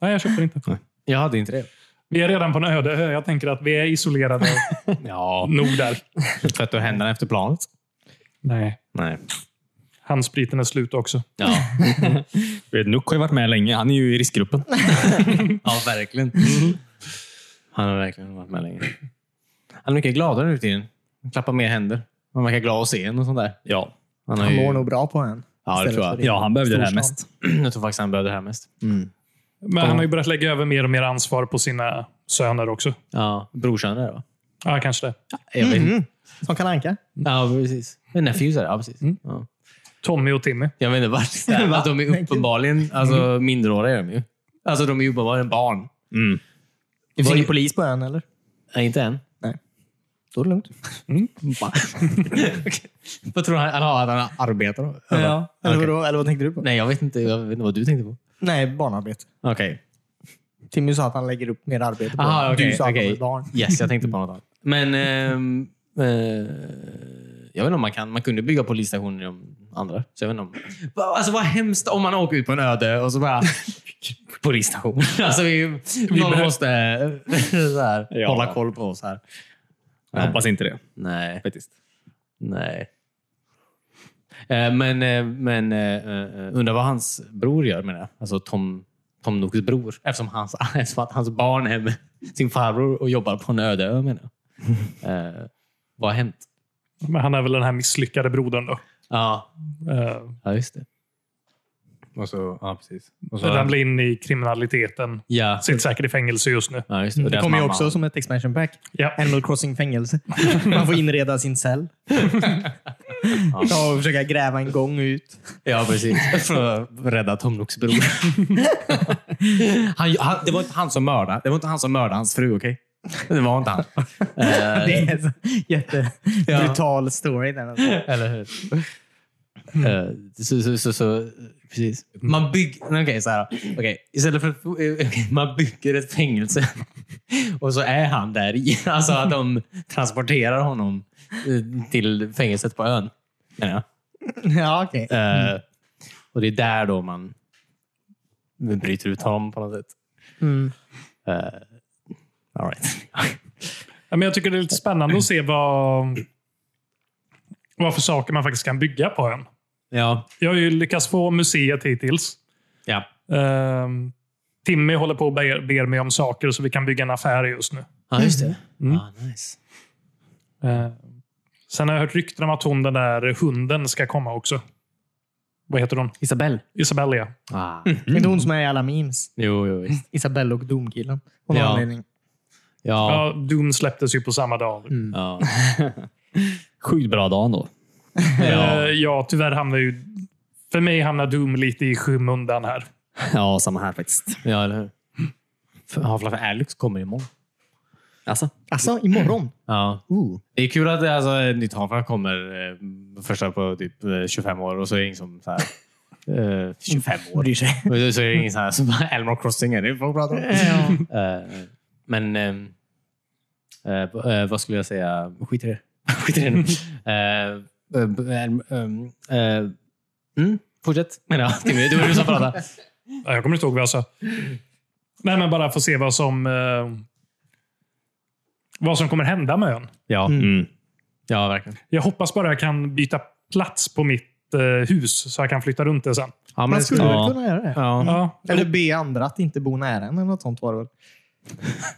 Speaker 3: Nej, jag köper inte.
Speaker 1: Jag hade inte det.
Speaker 3: Vi är redan på en öde ö. Jag tänker att vi är isolerade (laughs)
Speaker 1: Ja,
Speaker 3: nog där.
Speaker 1: tvätta händerna efter planet.
Speaker 3: Nej.
Speaker 1: Nej.
Speaker 3: Handspriten är slut också.
Speaker 1: Ja.
Speaker 4: Du vet, Nook har ju varit med länge. Han är ju i riskgruppen.
Speaker 1: Ja, verkligen. Mm. Han har verkligen varit med länge. Han är mycket gladare nu för tiden. Han klappar mer händer. Han verkar glad att se en och sånt där. Ja. Han, har
Speaker 2: Han
Speaker 1: ju...
Speaker 2: mår nog bra på en.
Speaker 1: Ja, det
Speaker 2: istället
Speaker 1: tror
Speaker 2: för
Speaker 1: jag.
Speaker 2: det.
Speaker 4: Ja, han behövde det här
Speaker 2: Storstan.
Speaker 1: (clears throat)
Speaker 4: mest.
Speaker 1: Jag tror faktiskt han behövde det här mest.
Speaker 3: Men han har ju börjat lägga över mer och mer ansvar på sina söner också.
Speaker 1: Ja. Brorsan är det, va?
Speaker 3: Ja, kanske det.
Speaker 1: Jag vet inte.
Speaker 2: Mm. Som kan anka.
Speaker 1: Ja, precis. Men Nephews är det. Ja, precis. Ja.
Speaker 3: Tommy och Timmy.
Speaker 1: Mm. Jag vet inte (laughs) vart. Att de är uppenbarligen alltså, minderåriga. Är de ju. Alltså, de är ju uppenbarligen barn.
Speaker 4: Mm.
Speaker 2: Det
Speaker 1: Var
Speaker 2: finns
Speaker 1: ju-
Speaker 2: ingen polis på ön, eller?
Speaker 1: Nej, inte (laughs) än.
Speaker 2: Då är det lugnt.
Speaker 1: Vad tror han? Han har att han arbetar? då?
Speaker 2: Ja. Eller,
Speaker 1: Okej.
Speaker 2: vadå? eller vad tänkte du på?
Speaker 1: Nej, jag vet, inte, jag vet inte vad du tänkte på.
Speaker 2: Nej, barnarbete.
Speaker 1: Okej.
Speaker 2: Timmy sa att han lägger upp mer arbete på
Speaker 1: Aha,
Speaker 2: honom.
Speaker 1: okej,
Speaker 2: Du sa att
Speaker 1: okej.
Speaker 2: han var barn.
Speaker 1: Yes, jag tänkte på något annat. Men ehm, eh, jag vet inte om man kan. Man kunde bygga polisstationer i de andra. Så jag vet inte om, Va- alltså vad hemskt om man åker ut på en öde och så (laughs) bara polisstation. Alltså vi, någon
Speaker 3: behöver-
Speaker 1: måste så här,
Speaker 4: Ja.
Speaker 1: hålla koll på oss här.
Speaker 4: Jag hoppas inte det.
Speaker 1: Nej.
Speaker 4: Faktiskt.
Speaker 1: Nej. Eh, Men, eh, men eh, eh, undrar vad hans bror gör menar jag. Alltså Tom, Tom Nooks bror. Eftersom, hans, (laughs) eftersom att hans barn är med sin farbror och jobbar på en öde ö menar (laughs) jag. Eh, Vad har hänt?
Speaker 3: Men han är väl den här misslyckade brodern då.
Speaker 1: Ja,
Speaker 3: Eh,
Speaker 1: ja just det.
Speaker 4: Och så, ja, precis. Och
Speaker 3: Den blir Eh, in i kriminaliteten.
Speaker 1: Ja,
Speaker 3: Sitter säkert i fängelse just nu.
Speaker 1: ja just det. Och
Speaker 2: Det
Speaker 1: deras
Speaker 2: kommer ju
Speaker 1: mamma.
Speaker 2: också som ett expansion pack.
Speaker 3: Ja.
Speaker 2: Animal Crossing fängelse. (laughs) Man får inreda sin cell. Ta och försöka gräva en gång ut.
Speaker 1: Ja,
Speaker 4: (laughs)
Speaker 1: precis. För att rädda Tom Nooks bror. (laughs) han, han, det var inte han som mördade. Det var inte han som mördade hans fru, okej? Det var inte han. Eh,
Speaker 2: Det är en jättebrutal story. Där. alltså.
Speaker 1: (laughs) Eller hur? Eh, så, så, så, så, precis. Man bygger... nej, Okej, så här. Okej, Istället för att... eh, okej, man bygger ett fängelse (laughs) och så är han där i. (laughs) Alltså att de transporterar honom eh, till fängelset på ön. menar jag.
Speaker 2: (laughs) Ja, okej.
Speaker 1: Eh, Och det är där då man bryter ut honom på något sätt.
Speaker 2: Mm.
Speaker 1: Eh, all right.
Speaker 3: Ja, men jag tycker det är lite spännande att se vad, vad för saker man faktiskt kan bygga på ön.
Speaker 1: ja.
Speaker 3: Jag har ju lyckats få museet hittills.
Speaker 1: ja.
Speaker 3: Ehm, Timmy håller på och ber, ber mig om saker så vi kan bygga en affär just nu.
Speaker 1: Ja, just det.
Speaker 3: Mm.
Speaker 1: Ah, nice.
Speaker 3: Ehm, sen har jag hört rykten om att hon, den där hunden ska komma också. Vad heter hon?
Speaker 1: Isabelle.
Speaker 3: Isabella. ja.
Speaker 1: Ah.
Speaker 2: Det är inte hon som är i alla memes.
Speaker 1: Jo, jo, visst.
Speaker 2: Isabella och Domkillen. Av någon
Speaker 1: Ja.
Speaker 2: anledning.
Speaker 1: Ja.
Speaker 3: Ja, Doom släpptes ju på samma dag.
Speaker 1: ja.
Speaker 4: Sjukt bra dag då.
Speaker 1: ja.
Speaker 3: Ehm, ja, tyvärr hamnar ju... För mig hamnar Doom lite i skymundan här.
Speaker 4: Ja, samma här faktiskt.
Speaker 1: Ja, eller hur? För- Half-Life Alyx kommer imorgon.
Speaker 4: Alltså,
Speaker 2: Alltså, imorgon?
Speaker 1: Ja.
Speaker 2: Ooh.
Speaker 1: Det är kul att det, alltså, ett nytt Half-Life kommer eh, första på typ eh, 25 år och så är det ingen som så här, eh, 25 år.
Speaker 2: Bryr sig.
Speaker 1: Och så är det ingen så här som bara, Elmore Crossing är det folk pratar om. Eh, men ehm, eh, v- eh, vad skulle jag säga? Skit i det. (laughs) Skit i det nu. Eh, eh, b- ehm, ehm, eh, mm, fortsätt menar jag. Timmy, Det var du som pratade.
Speaker 3: Ja, Jag kommer inte ihåg vad jag sa. Nej, men bara få se vad som... eh, vad som kommer hända med ön.
Speaker 1: Ja.
Speaker 2: Mm.
Speaker 1: ja, verkligen.
Speaker 3: Jag hoppas bara jag kan byta plats på mitt eh, hus så jag kan flytta runt det sen.
Speaker 1: Ja,
Speaker 2: Man skulle
Speaker 1: ja.
Speaker 2: väl kunna göra det?
Speaker 1: Ja.
Speaker 3: Ja,
Speaker 2: Eller be andra att inte bo nära en eller något sånt var det väl?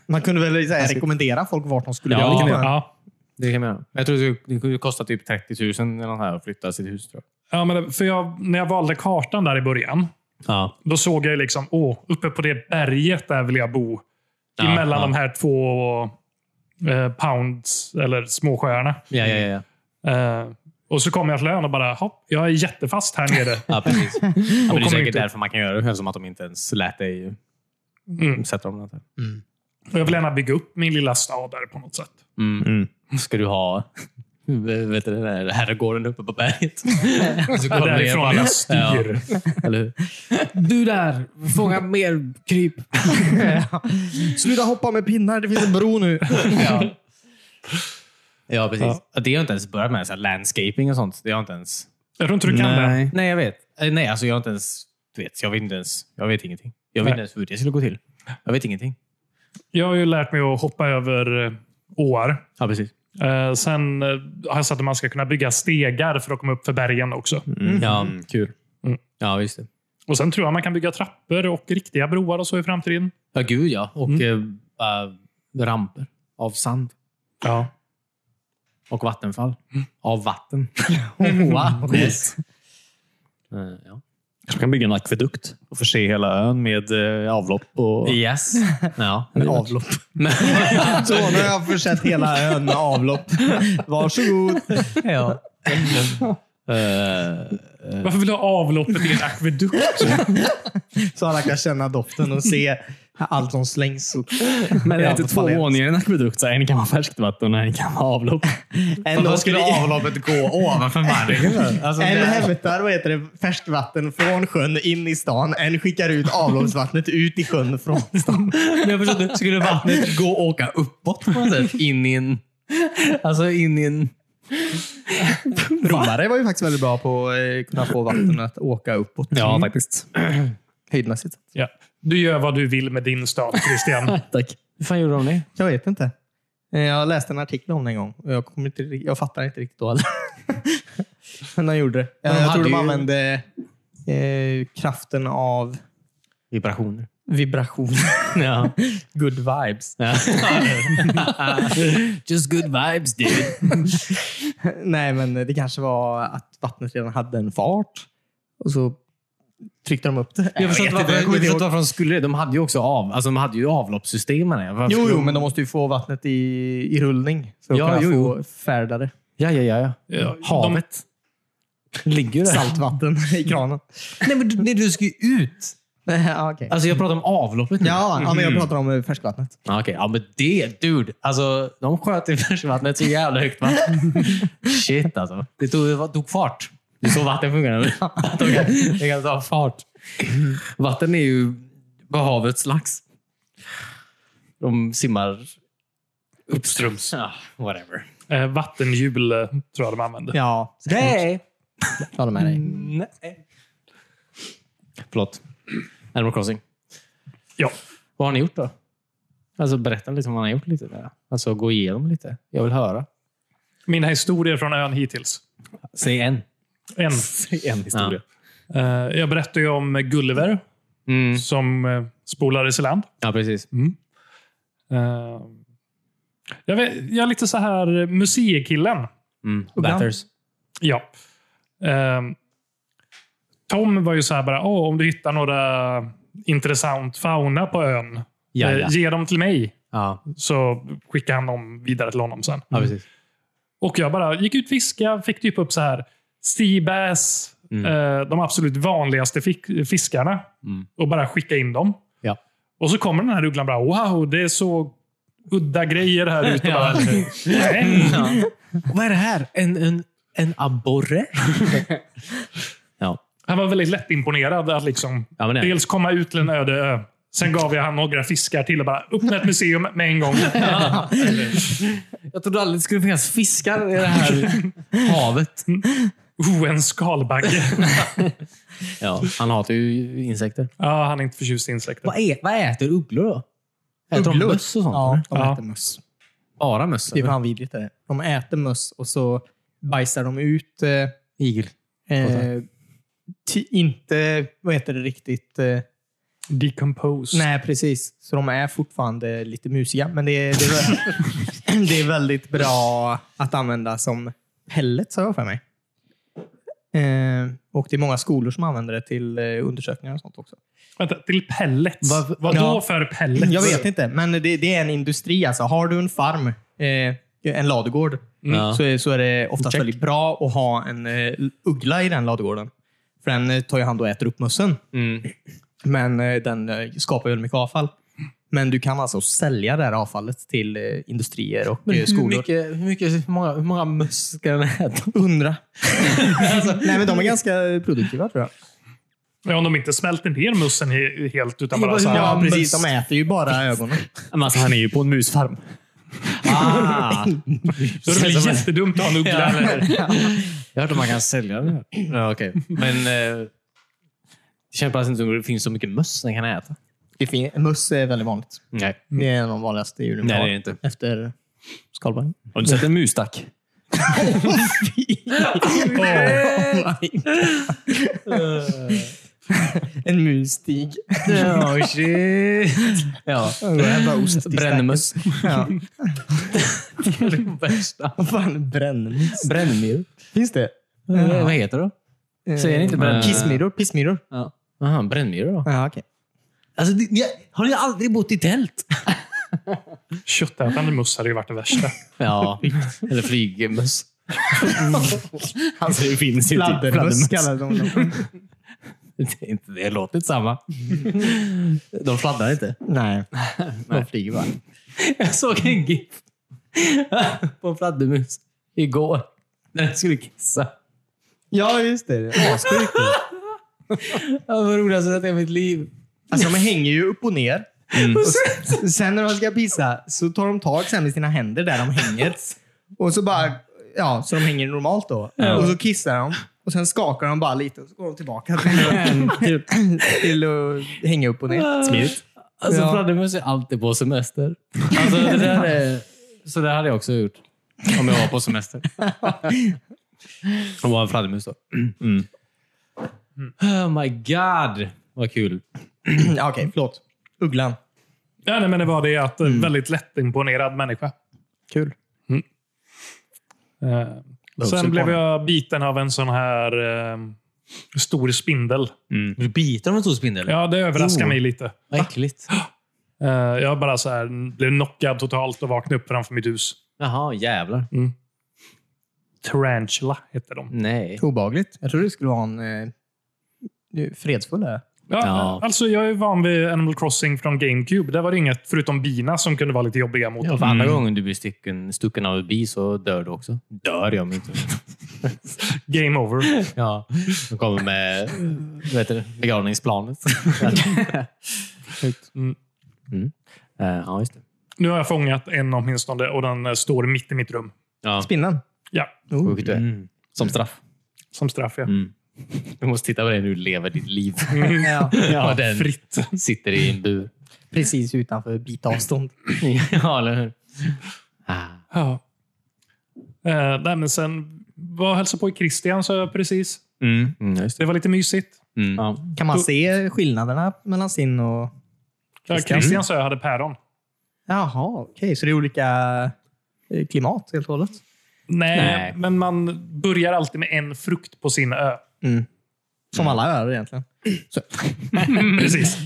Speaker 2: Man kunde väl så här, rekommendera folk vart de skulle
Speaker 1: Alltså- Ja, det kan
Speaker 2: gå. på
Speaker 1: jag
Speaker 2: ön.
Speaker 3: ja.
Speaker 1: Det kan jag mena. Jag tror det skulle- det skulle kosta typ 30 000 eller något här att flytta sitt hus. Tror
Speaker 3: ja men det- för jag, när jag valde kartan där i början,
Speaker 1: jag. Ja.
Speaker 3: då såg jag ju liksom, åh, uppe på det berget där vill jag bo.
Speaker 1: Ja,
Speaker 3: emellan
Speaker 1: ja.
Speaker 3: de här två eh, pounds, eller småsjöarna.
Speaker 1: Ja, ja, ja.
Speaker 3: Eh, och så kom jag till ön och bara, hopp, jag är jättefast här nere.
Speaker 1: ja precis. ja, men det är
Speaker 3: kommer
Speaker 1: säkert
Speaker 3: inte-
Speaker 1: därför man kan göra det. Eftersom att de inte ens lät dig
Speaker 3: Mm.
Speaker 1: sätta dem. Där.
Speaker 3: Och jag vill gärna bygga upp min lilla stad där på något sätt.
Speaker 1: Mm. Ska du ha (laughs) vet du, den där herrgården uppe på berget? (laughs) Så
Speaker 3: Ja,
Speaker 1: kommer
Speaker 3: därifrån
Speaker 1: det-
Speaker 3: jag (laughs) styr.
Speaker 1: Ja, (laughs) eller hur? Du där! Fånga mer kryp.
Speaker 2: Sluta hoppa med pinnar, det finns en
Speaker 1: (laughs)
Speaker 2: bro nu.
Speaker 1: Ja, ja precis. Det har jag inte ens börjat med. Så här landscaping och sånt. Det har jag inte ens...
Speaker 3: Jag tror inte du kan det.
Speaker 4: nej.
Speaker 1: Nej, jag vet. Eh, Nej, alltså jag har inte ens... Du vet, jag vet inte ens. Jag vet ingenting. Jag vet
Speaker 3: Nej.
Speaker 1: inte ens hur det skulle gå till. Jag vet ingenting.
Speaker 3: Jag har ju lärt mig att hoppa över eh, åar.
Speaker 1: Ja, precis.
Speaker 3: Eh, sen eh, har jag sett att man ska kunna bygga stegar för att komma upp för bergen också.
Speaker 1: Mm. Ja, kul.
Speaker 3: Mm.
Speaker 1: Ja, visst det.
Speaker 3: Och Sen tror jag man kan bygga trappor och riktiga broar och så i framtiden.
Speaker 1: Ja, gud ja. Och eh, äh, ramper av sand.
Speaker 3: Ja.
Speaker 1: Och vattenfall. Av vatten.
Speaker 2: Wow.
Speaker 1: Mm. Yes. Eh, ja.
Speaker 4: Kanske kan bygga en akvedukt och förse hela ön med eh, avlopp. Och...
Speaker 1: Yes. Ja.
Speaker 2: Med avlopp. (laughs) Så, nu har jag försett hela ön med avlopp.
Speaker 4: (laughs)
Speaker 2: Varsågod. Ja.
Speaker 1: Eh,
Speaker 3: Varför vill du ha avloppet i
Speaker 1: (laughs)
Speaker 3: en akvedukt?
Speaker 2: Så alla kan känna doften och se allt som slängs. Och
Speaker 4: Men det är
Speaker 2: Ja,
Speaker 4: inte
Speaker 2: vad
Speaker 4: två
Speaker 2: fan är det?
Speaker 4: våningar i en akvedukt. Så en kan vara färskvatten och en kan vara avlopp.
Speaker 2: en
Speaker 1: då
Speaker 2: åker i-
Speaker 1: skulle avloppet gå ovanför
Speaker 2: (laughs)
Speaker 1: marken. Alltså,
Speaker 2: en
Speaker 1: det-
Speaker 2: hämtar vad heter det, färskvatten från sjön in i stan. En skickar ut avloppsvattnet ut i sjön från stan.
Speaker 1: Men jag förstod, skulle vattnet gå och åka uppåt på något sätt? In i en... Alltså in i en...
Speaker 2: Romare var ju faktiskt väldigt bra på att eh, kunna få vatten att åka uppåt.
Speaker 4: Ja,
Speaker 2: Mm.
Speaker 4: faktiskt.
Speaker 2: (clears throat) Höjdmässigt.
Speaker 3: Ja. Du gör vad du vill med din stad,
Speaker 1: (laughs)
Speaker 3: Christian. Eh,
Speaker 4: Tack.
Speaker 1: Hur fan gjorde de det?
Speaker 2: Jag vet inte. Eh, Jag läste en artikel om det en gång. och Jag, kommer inte, ri- jag fattar inte riktigt då heller. (laughs) Men de gjorde det. Eh,
Speaker 1: Men de
Speaker 2: Jag, jag tror
Speaker 1: hade
Speaker 2: de
Speaker 1: ju-
Speaker 2: använde eh, kraften av
Speaker 1: Vibrationer.
Speaker 2: vibration.
Speaker 1: (laughs) Ja.
Speaker 2: (laughs) Good vibes.
Speaker 1: (laughs) Just good vibes dude.
Speaker 2: Nej, men det kanske var att vattnet redan hade en fart. Och så tryckte de upp det.
Speaker 1: Jag förstår
Speaker 2: vet
Speaker 1: inte varför,
Speaker 2: jag
Speaker 1: jag
Speaker 2: kommer
Speaker 1: förstår
Speaker 2: inte
Speaker 1: inte
Speaker 2: ihåg.
Speaker 1: varför de skulle det. De hade ju också av, alltså de hade ju avloppssystem. Här. Varför skulle
Speaker 2: Jo, jo,
Speaker 1: de-
Speaker 2: Alltså, men de måste ju få vattnet i, i rullning för att
Speaker 1: Ja,
Speaker 2: kunna
Speaker 1: jo, jo.
Speaker 2: få färda det.
Speaker 1: Ja, ja, ja.
Speaker 3: Ja,
Speaker 1: ja.
Speaker 3: de-
Speaker 1: Havet. Ligger ju där.
Speaker 2: Saltvatten (laughs) i kranen.
Speaker 1: Nej, men du, nej, du ska ju ut.
Speaker 2: ja, okej.
Speaker 1: Alltså jag pratar om avloppet nu.
Speaker 2: ja, ja, men jag pratar om eh, färskvattnet.
Speaker 1: Ja, Okej, ja men det, dude. Alltså, de sköt i färskvattnet så jävla högt. (laughs) Va? Shit alltså. Det tog, det tog fart. Det är så vatten fungerar. eller? (laughs) Det kan- Det kan ta fart. Vatten är ju vad havets lax. De simmar uppströms. Ja, whatever.
Speaker 3: Eh, Vattenhjul eh, tror jag de använder.
Speaker 2: Ja,
Speaker 1: Nej.
Speaker 2: jag håller med dig.
Speaker 1: Nej. Förlåt. Animal Crossing.
Speaker 3: Ja.
Speaker 1: Vad har ni gjort då? Alltså berätta lite om vad ni har gjort. lite där. Alltså gå igenom lite. Jag vill höra.
Speaker 3: Mina historier från ön hittills.
Speaker 1: Säg en.
Speaker 3: En.
Speaker 1: (laughs) En
Speaker 4: historia.
Speaker 3: Eh, Jag berättade ju om Gulliver
Speaker 1: Ja, mm.
Speaker 3: som eh, spolades i land.
Speaker 1: ja precis.
Speaker 3: Eh, Jag, vet, jag är lite så här eh, museikillen.
Speaker 1: Mm.
Speaker 2: Ugglan.
Speaker 1: Batters.
Speaker 3: Ja. Ehm, Tom var ju så här bara, Åh, om du hittar några intressant fauna på ön,
Speaker 1: Ja,
Speaker 3: eh,
Speaker 1: ja.
Speaker 3: ge dem till mig.
Speaker 1: Ja,
Speaker 3: Så skickar han dem vidare till honom sen.
Speaker 1: ja (laughs) precis.
Speaker 3: Och jag bara gick ut fiska, fick typ upp så här seabass,
Speaker 1: Mm.
Speaker 3: eh, de absolut vanligaste fick- fiskarna
Speaker 1: Mm.
Speaker 3: och bara skicka in dem.
Speaker 1: Ja.
Speaker 3: Och så kommer den här ugglan bara, wow, det är så udda
Speaker 2: (laughs)
Speaker 3: grejer här ute. Och bara, Nej.
Speaker 1: Vad är det här? En, en, en abborre? ja.
Speaker 3: Han var väldigt lättimponerad att liksom
Speaker 1: ja, men det är det.
Speaker 3: dels komma ut till en öde ö. Sen gav jag han några fiskar till och bara öppna ett museum med
Speaker 2: (laughs)
Speaker 3: en gång.
Speaker 1: Jag trodde aldrig det skulle finnas fiskar i det (laughs) här havet.
Speaker 3: Oh, en skalbagge.
Speaker 1: Ja, han hatar ju insekter.
Speaker 3: Ja, han är inte förtjust i insekter.
Speaker 1: Vad, ä- vad äter ugglor då? Äter de
Speaker 2: Ugglor?
Speaker 1: möss och sånt?
Speaker 2: Ja,
Speaker 1: eller?
Speaker 2: de
Speaker 3: Ja.
Speaker 2: äter möss.
Speaker 1: Bara möss?
Speaker 2: Det är
Speaker 1: eller?
Speaker 2: fan vidrigt. det där. De äter möss och så bajsar de ut eh,
Speaker 1: Igel.
Speaker 2: Eh, ti- inte, vad heter det riktigt? Eh,
Speaker 3: Decompose.
Speaker 2: nej, precis. Så de är fortfarande lite musiga, men det är, det, är, (laughs) det är väldigt bra att använda som pellet, sa jag för mig. Eh, och det är många skolor som använder det till eh, undersökningar och sånt också.
Speaker 3: Vänta, till pellets.
Speaker 2: Vad-
Speaker 3: Vad då
Speaker 2: Ja.
Speaker 3: för pellets?
Speaker 2: Jag vet inte, men det, det är en industri. Alltså. Har du en farm, eh, en ladugård,
Speaker 1: Ja.
Speaker 2: så, är, så är det oftast
Speaker 1: Check.
Speaker 2: väldigt bra att ha en eh, uggla i den ladugården. För den eh, tar ju hand och äter upp mössen.
Speaker 1: Mm.
Speaker 2: Men eh, den eh, skapar ju väldigt mycket avfall. Men du kan alltså sälja det här avfallet till eh, industrier och eh,
Speaker 1: hur,
Speaker 2: skolor.
Speaker 1: mycket, hur, mycket, hur, många, hur många möss ska den äta?
Speaker 2: (laughs)
Speaker 1: (laughs)
Speaker 2: Undra. alltså, nej, men de är ganska produktiva tror jag.
Speaker 3: Ja, om de inte smälter ner mussen he- helt, utan bara så här,
Speaker 2: ja,
Speaker 1: Ja,
Speaker 2: precis.
Speaker 1: möss.
Speaker 2: De äter ju bara ögonen.
Speaker 1: Alltså, han är ju på en musfarm. Ah.
Speaker 3: Då är det väl jättedumt att ha en uggla.
Speaker 1: (laughs) Ja, eller- Jag har hört att man kan sälja (clears throat) det. Ja, okay. Men eh, det känns bara inte som det finns så mycket möss den kan äta.
Speaker 2: Det fin- Möss är väldigt vanligt.
Speaker 1: Nej,
Speaker 2: Det är en av de vanligaste djuren vi
Speaker 1: Mm. Nej
Speaker 2: har.
Speaker 1: det är det inte.
Speaker 2: Efter
Speaker 1: (laughs)
Speaker 2: skalbaggen.
Speaker 4: Har du sett en musstack?
Speaker 1: (laughs)
Speaker 2: Oh my God. (laughs) en musstig.
Speaker 1: Oh, shit. Ja. Brännmus.
Speaker 2: Ja.
Speaker 1: Det är det värsta.
Speaker 2: Vad fan, brännmus?
Speaker 1: Brännmyror.
Speaker 2: Finns det?
Speaker 1: Eh, Vad heter det? Säger ni inte brännmus?
Speaker 2: Kissmyror. Pissmyror.
Speaker 1: då? Jaha, brännmyror då? (laughs)
Speaker 2: Ja, okej.
Speaker 1: Alltså, det, ni, har ni aldrig bott i tält?
Speaker 3: Köttätande möss hade ju varit det värsta.
Speaker 1: Ja, eller flygmöss. alltså, det finns ju fladdermöss.
Speaker 2: Fladdermöss kallar de dem.
Speaker 1: Det är inte det låter inte samma. De fladdrar inte.
Speaker 2: Nej, (laughs) de flyger bara.
Speaker 1: Jag såg en GIF på en fladdermus igår. När den skulle kissa.
Speaker 2: Ja, just det. det är Assjukt.
Speaker 1: Det var det roligaste jag sett i mitt liv.
Speaker 2: Alltså, de hänger ju upp och ner.
Speaker 1: Mm.
Speaker 2: Och
Speaker 1: (laughs)
Speaker 2: s- sen när de ska pissa så tar de tag sen med sina händer där de hänger. Och så bara ja, så de hänger normalt då. Och så kissar de och sen skakar de bara lite och så går de tillbaka
Speaker 1: Mm,
Speaker 2: till, till,
Speaker 1: typ.
Speaker 2: (laughs) till att hänga upp och ner.
Speaker 1: Smidigt. Alltså,
Speaker 2: Ja.
Speaker 1: fladdermöss är alltid på semester. Alltså, det där är, så det hade jag också gjort om jag var på semester. Om jag var en fladdermus då. Mm. Oh my god, vad kul.
Speaker 2: (clears throat) Ja, Okej, förlåt. Ugglan.
Speaker 3: Ja, nej, men det var det att
Speaker 1: Mm.
Speaker 3: en väldigt lättimponerad människa.
Speaker 2: Kul.
Speaker 3: Eh, sen blev
Speaker 2: imponerad.
Speaker 3: jag biten av en sån här eh, stor spindel.
Speaker 1: Du biter av en stor spindel?
Speaker 3: Ja, det överraskade
Speaker 1: Oh.
Speaker 3: mig lite.
Speaker 1: Vad äckligt.
Speaker 3: Eh, jag bara så här, blev knockad totalt och vaknade upp framför mitt hus. Mm.
Speaker 1: Jaha, jävlar.
Speaker 3: Tarantula hette de.
Speaker 1: Nej.
Speaker 2: Obagligt. Jag trodde det skulle vara en eh, fredsfull eh, här.
Speaker 3: Ja,
Speaker 1: Ja.
Speaker 3: Alltså, jag är van vid Animal Crossing från GameCube. Där var det inget, förutom bina, som kunde vara lite jobbiga mot
Speaker 1: Ja,
Speaker 3: dem.
Speaker 1: för andra gången du blir stycken, stucken av ett bi så dör du också. Dör jag om inte.
Speaker 3: Game over.
Speaker 1: (laughs) Ja. De kommer med vet du, begravningsplanet.
Speaker 3: Mm.
Speaker 1: Mm. Eh, Ja, just det.
Speaker 3: Nu har jag fångat en åtminstone och den eh, står mitt i mitt rum.
Speaker 1: Ja.
Speaker 2: Spinnen.
Speaker 3: Ja,
Speaker 2: Oh.
Speaker 1: Sjukt det. Som straff.
Speaker 3: som straff. Ja.
Speaker 1: Mm. Du måste titta på det när du lever ditt (laughs) liv.
Speaker 2: Mm. (laughs) Ja,
Speaker 1: Ja, den
Speaker 3: Fritt.
Speaker 1: sitter i en bur.
Speaker 2: precis utanför bitavstånd.
Speaker 1: ja, eller hur? Ah.
Speaker 3: Ja. Eh, nej, men sen var jag hälsade på i Christian, så jag precis.
Speaker 1: Mm. Mm, ja, just det.
Speaker 3: Det var lite mysigt.
Speaker 1: Mm.
Speaker 2: Kan man se skillnaderna mellan sin och...
Speaker 3: Christian, Christian sa jag hade päron.
Speaker 2: Jaha, okej. Så det är olika eh, klimat helt och hållet?
Speaker 3: Nej,
Speaker 1: Nej.
Speaker 3: men man börjar alltid med en frukt på
Speaker 1: (laughs)
Speaker 3: sin ö.
Speaker 2: Mm. Som alla öar egentligen. Så.
Speaker 3: precis.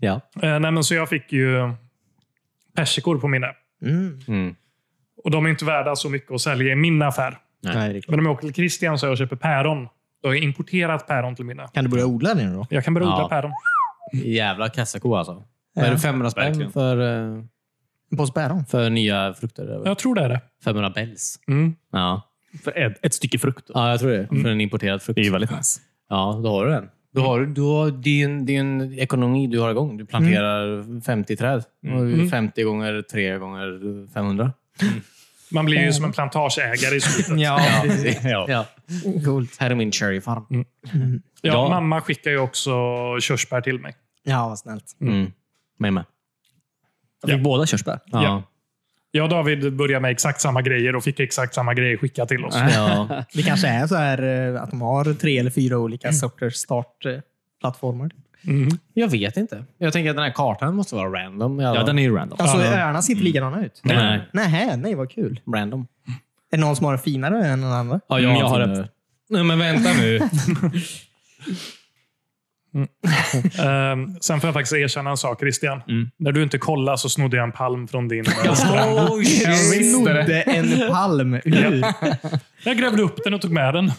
Speaker 1: Ja.
Speaker 3: Eh, nej, men så jag fick ju persikor på min ö.
Speaker 2: Mm.
Speaker 1: Mm.
Speaker 3: Och de är inte värda så mycket att sälja i min affär.
Speaker 1: Nej.
Speaker 2: Nej, det är klart.
Speaker 3: Men om jag åker till Christian så jag köper päron. Då har jag importerat päron till mina.
Speaker 2: Kan du börja odla det nu då?
Speaker 3: Jag kan börja odla
Speaker 1: Ja.
Speaker 3: päron.
Speaker 1: Jävla kassako alltså. Vad är
Speaker 2: Ja.
Speaker 1: det 500 spänn
Speaker 4: Verkligen.
Speaker 1: för, eh,
Speaker 2: En påse päron?
Speaker 1: för nya frukter? eller?
Speaker 3: Jag tror det är det.
Speaker 1: 500 bells?
Speaker 3: Mm.
Speaker 1: Ja.
Speaker 4: För ett, ett stycke frukt. då.
Speaker 1: ja, jag tror det. För en importerad frukt.
Speaker 4: Det är ju väldigt nice.
Speaker 1: Ja, då har du den. Du har, du har, det, är en, det är en ekonomi du har igång. Du planterar 50 träd. Och det är 50 gånger 3 gånger 500.
Speaker 3: Man blir ju som en plantageägare i slutet.
Speaker 4: (laughs)
Speaker 2: Ja,
Speaker 1: ja. ja.
Speaker 2: coolt.
Speaker 1: Här är min cherry farm.
Speaker 3: Ja,
Speaker 1: Ja.
Speaker 3: Mamma skickar ju också körsbär till mig.
Speaker 2: Ja, vad snällt.
Speaker 1: Mm. Mig med.
Speaker 4: Jag fick båda körsbär.
Speaker 1: Ja.
Speaker 3: Ja. Jag och David började med exakt samma grejer och fick exakt samma grejer skickat till oss.
Speaker 1: Ja.
Speaker 2: Det kanske är så här eh, att de har tre eller fyra olika sorters startplattformar.
Speaker 3: Mm.
Speaker 1: Jag vet inte. Jag tänker att den här kartan måste vara random.
Speaker 4: Ja, den är ju random.
Speaker 2: Alltså,
Speaker 1: Ja.
Speaker 2: öarna ser inte likadana ut.
Speaker 1: Nej.
Speaker 2: Nej, nej, vad kul.
Speaker 1: Random.
Speaker 2: Är det någon som har en finare än den andra?
Speaker 1: Ja,
Speaker 4: jag har eh,
Speaker 1: en
Speaker 4: ett.
Speaker 1: sån där. Nej, men vänta nu.
Speaker 3: Ehm, sen får jag faktiskt erkänna en sak, Christian.
Speaker 4: Mm.
Speaker 3: När du inte kollade så snodde jag en palm från din eh, restaurang.
Speaker 1: oh,
Speaker 2: Jag
Speaker 4: visste det.
Speaker 2: snodde en palm. Hur,
Speaker 3: Jag grävde upp den och tog med den.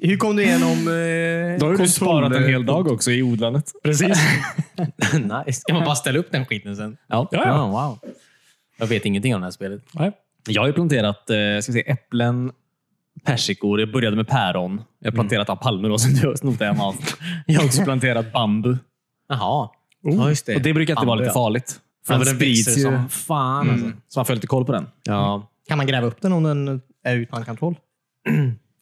Speaker 2: hur kom du igenom
Speaker 4: (laughs) Då har
Speaker 2: eh,
Speaker 4: ju du
Speaker 2: kontroll?
Speaker 4: sparat en hel dag också i odlandet.
Speaker 1: (laughs)
Speaker 3: Precis.
Speaker 1: (laughs) nice. Kan man bara ställa upp den skiten sen?
Speaker 4: Ja.
Speaker 3: Ja, ja.
Speaker 1: Oh, wow. Jag vet ingenting om det här spelet.
Speaker 3: Nej.
Speaker 4: Jag har ju planterat eh, ska vi se, äpplen, persikor. Jag började med päron. Jag har planterat mm. palmer (laughs) och sen snodde jag allt. Jag har också
Speaker 1: (laughs)
Speaker 4: planterat bambu.
Speaker 1: Jaha. Ja, just det.
Speaker 4: Och det brukar alltid vara
Speaker 1: Bambu,
Speaker 4: lite
Speaker 1: ja.
Speaker 4: farligt.
Speaker 1: Ja,
Speaker 4: För den
Speaker 1: men den växer
Speaker 4: sprids ju. Mm.
Speaker 1: som fan. Alltså.
Speaker 4: Så man får lite koll på den.
Speaker 1: Ja.
Speaker 2: Kan man gräva upp den om den är utan
Speaker 4: (clears throat)
Speaker 2: kontroll?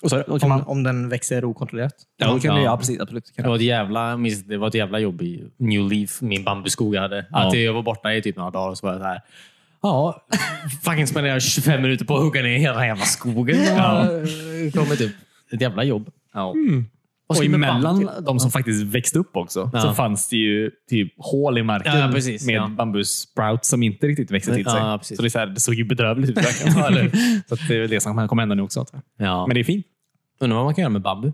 Speaker 4: Och så,
Speaker 2: Om, man, om den växer okontrollerat?
Speaker 4: ja, då kan
Speaker 1: Ja.
Speaker 4: det, ja, precis. Absolut.
Speaker 1: Det
Speaker 4: Kan det.
Speaker 1: var, ett jävla, miss- det var ett jävla jobb i New Leaf, min bambuskog jag hade.
Speaker 4: Ja.
Speaker 1: Att jag var borta i typ några dagar och så var jag så här. Ja, fucking spenderade 25 minuter på att hugga ner hela jävla skogen. som har Kommit upp. typ Ett jävla jobb. Ja.
Speaker 4: Och,
Speaker 1: så med
Speaker 4: emellan
Speaker 1: bambu.
Speaker 4: de som faktiskt växte upp också
Speaker 1: Ja.
Speaker 4: så fanns det ju typ hål i marken
Speaker 1: Ja, precis,
Speaker 4: med
Speaker 1: ja.
Speaker 4: bambusprouts som inte riktigt växte till sig.
Speaker 1: Ja, precis.
Speaker 4: så det, är så här, det såg ju bedrövligt
Speaker 1: (laughs)
Speaker 4: ut. verkligen.
Speaker 1: Ja, eller
Speaker 4: så att det är väl det som kommer hända nu också. antar jag.
Speaker 1: Ja.
Speaker 4: Men det är fint.
Speaker 1: Undrar vad man kan göra med bambu.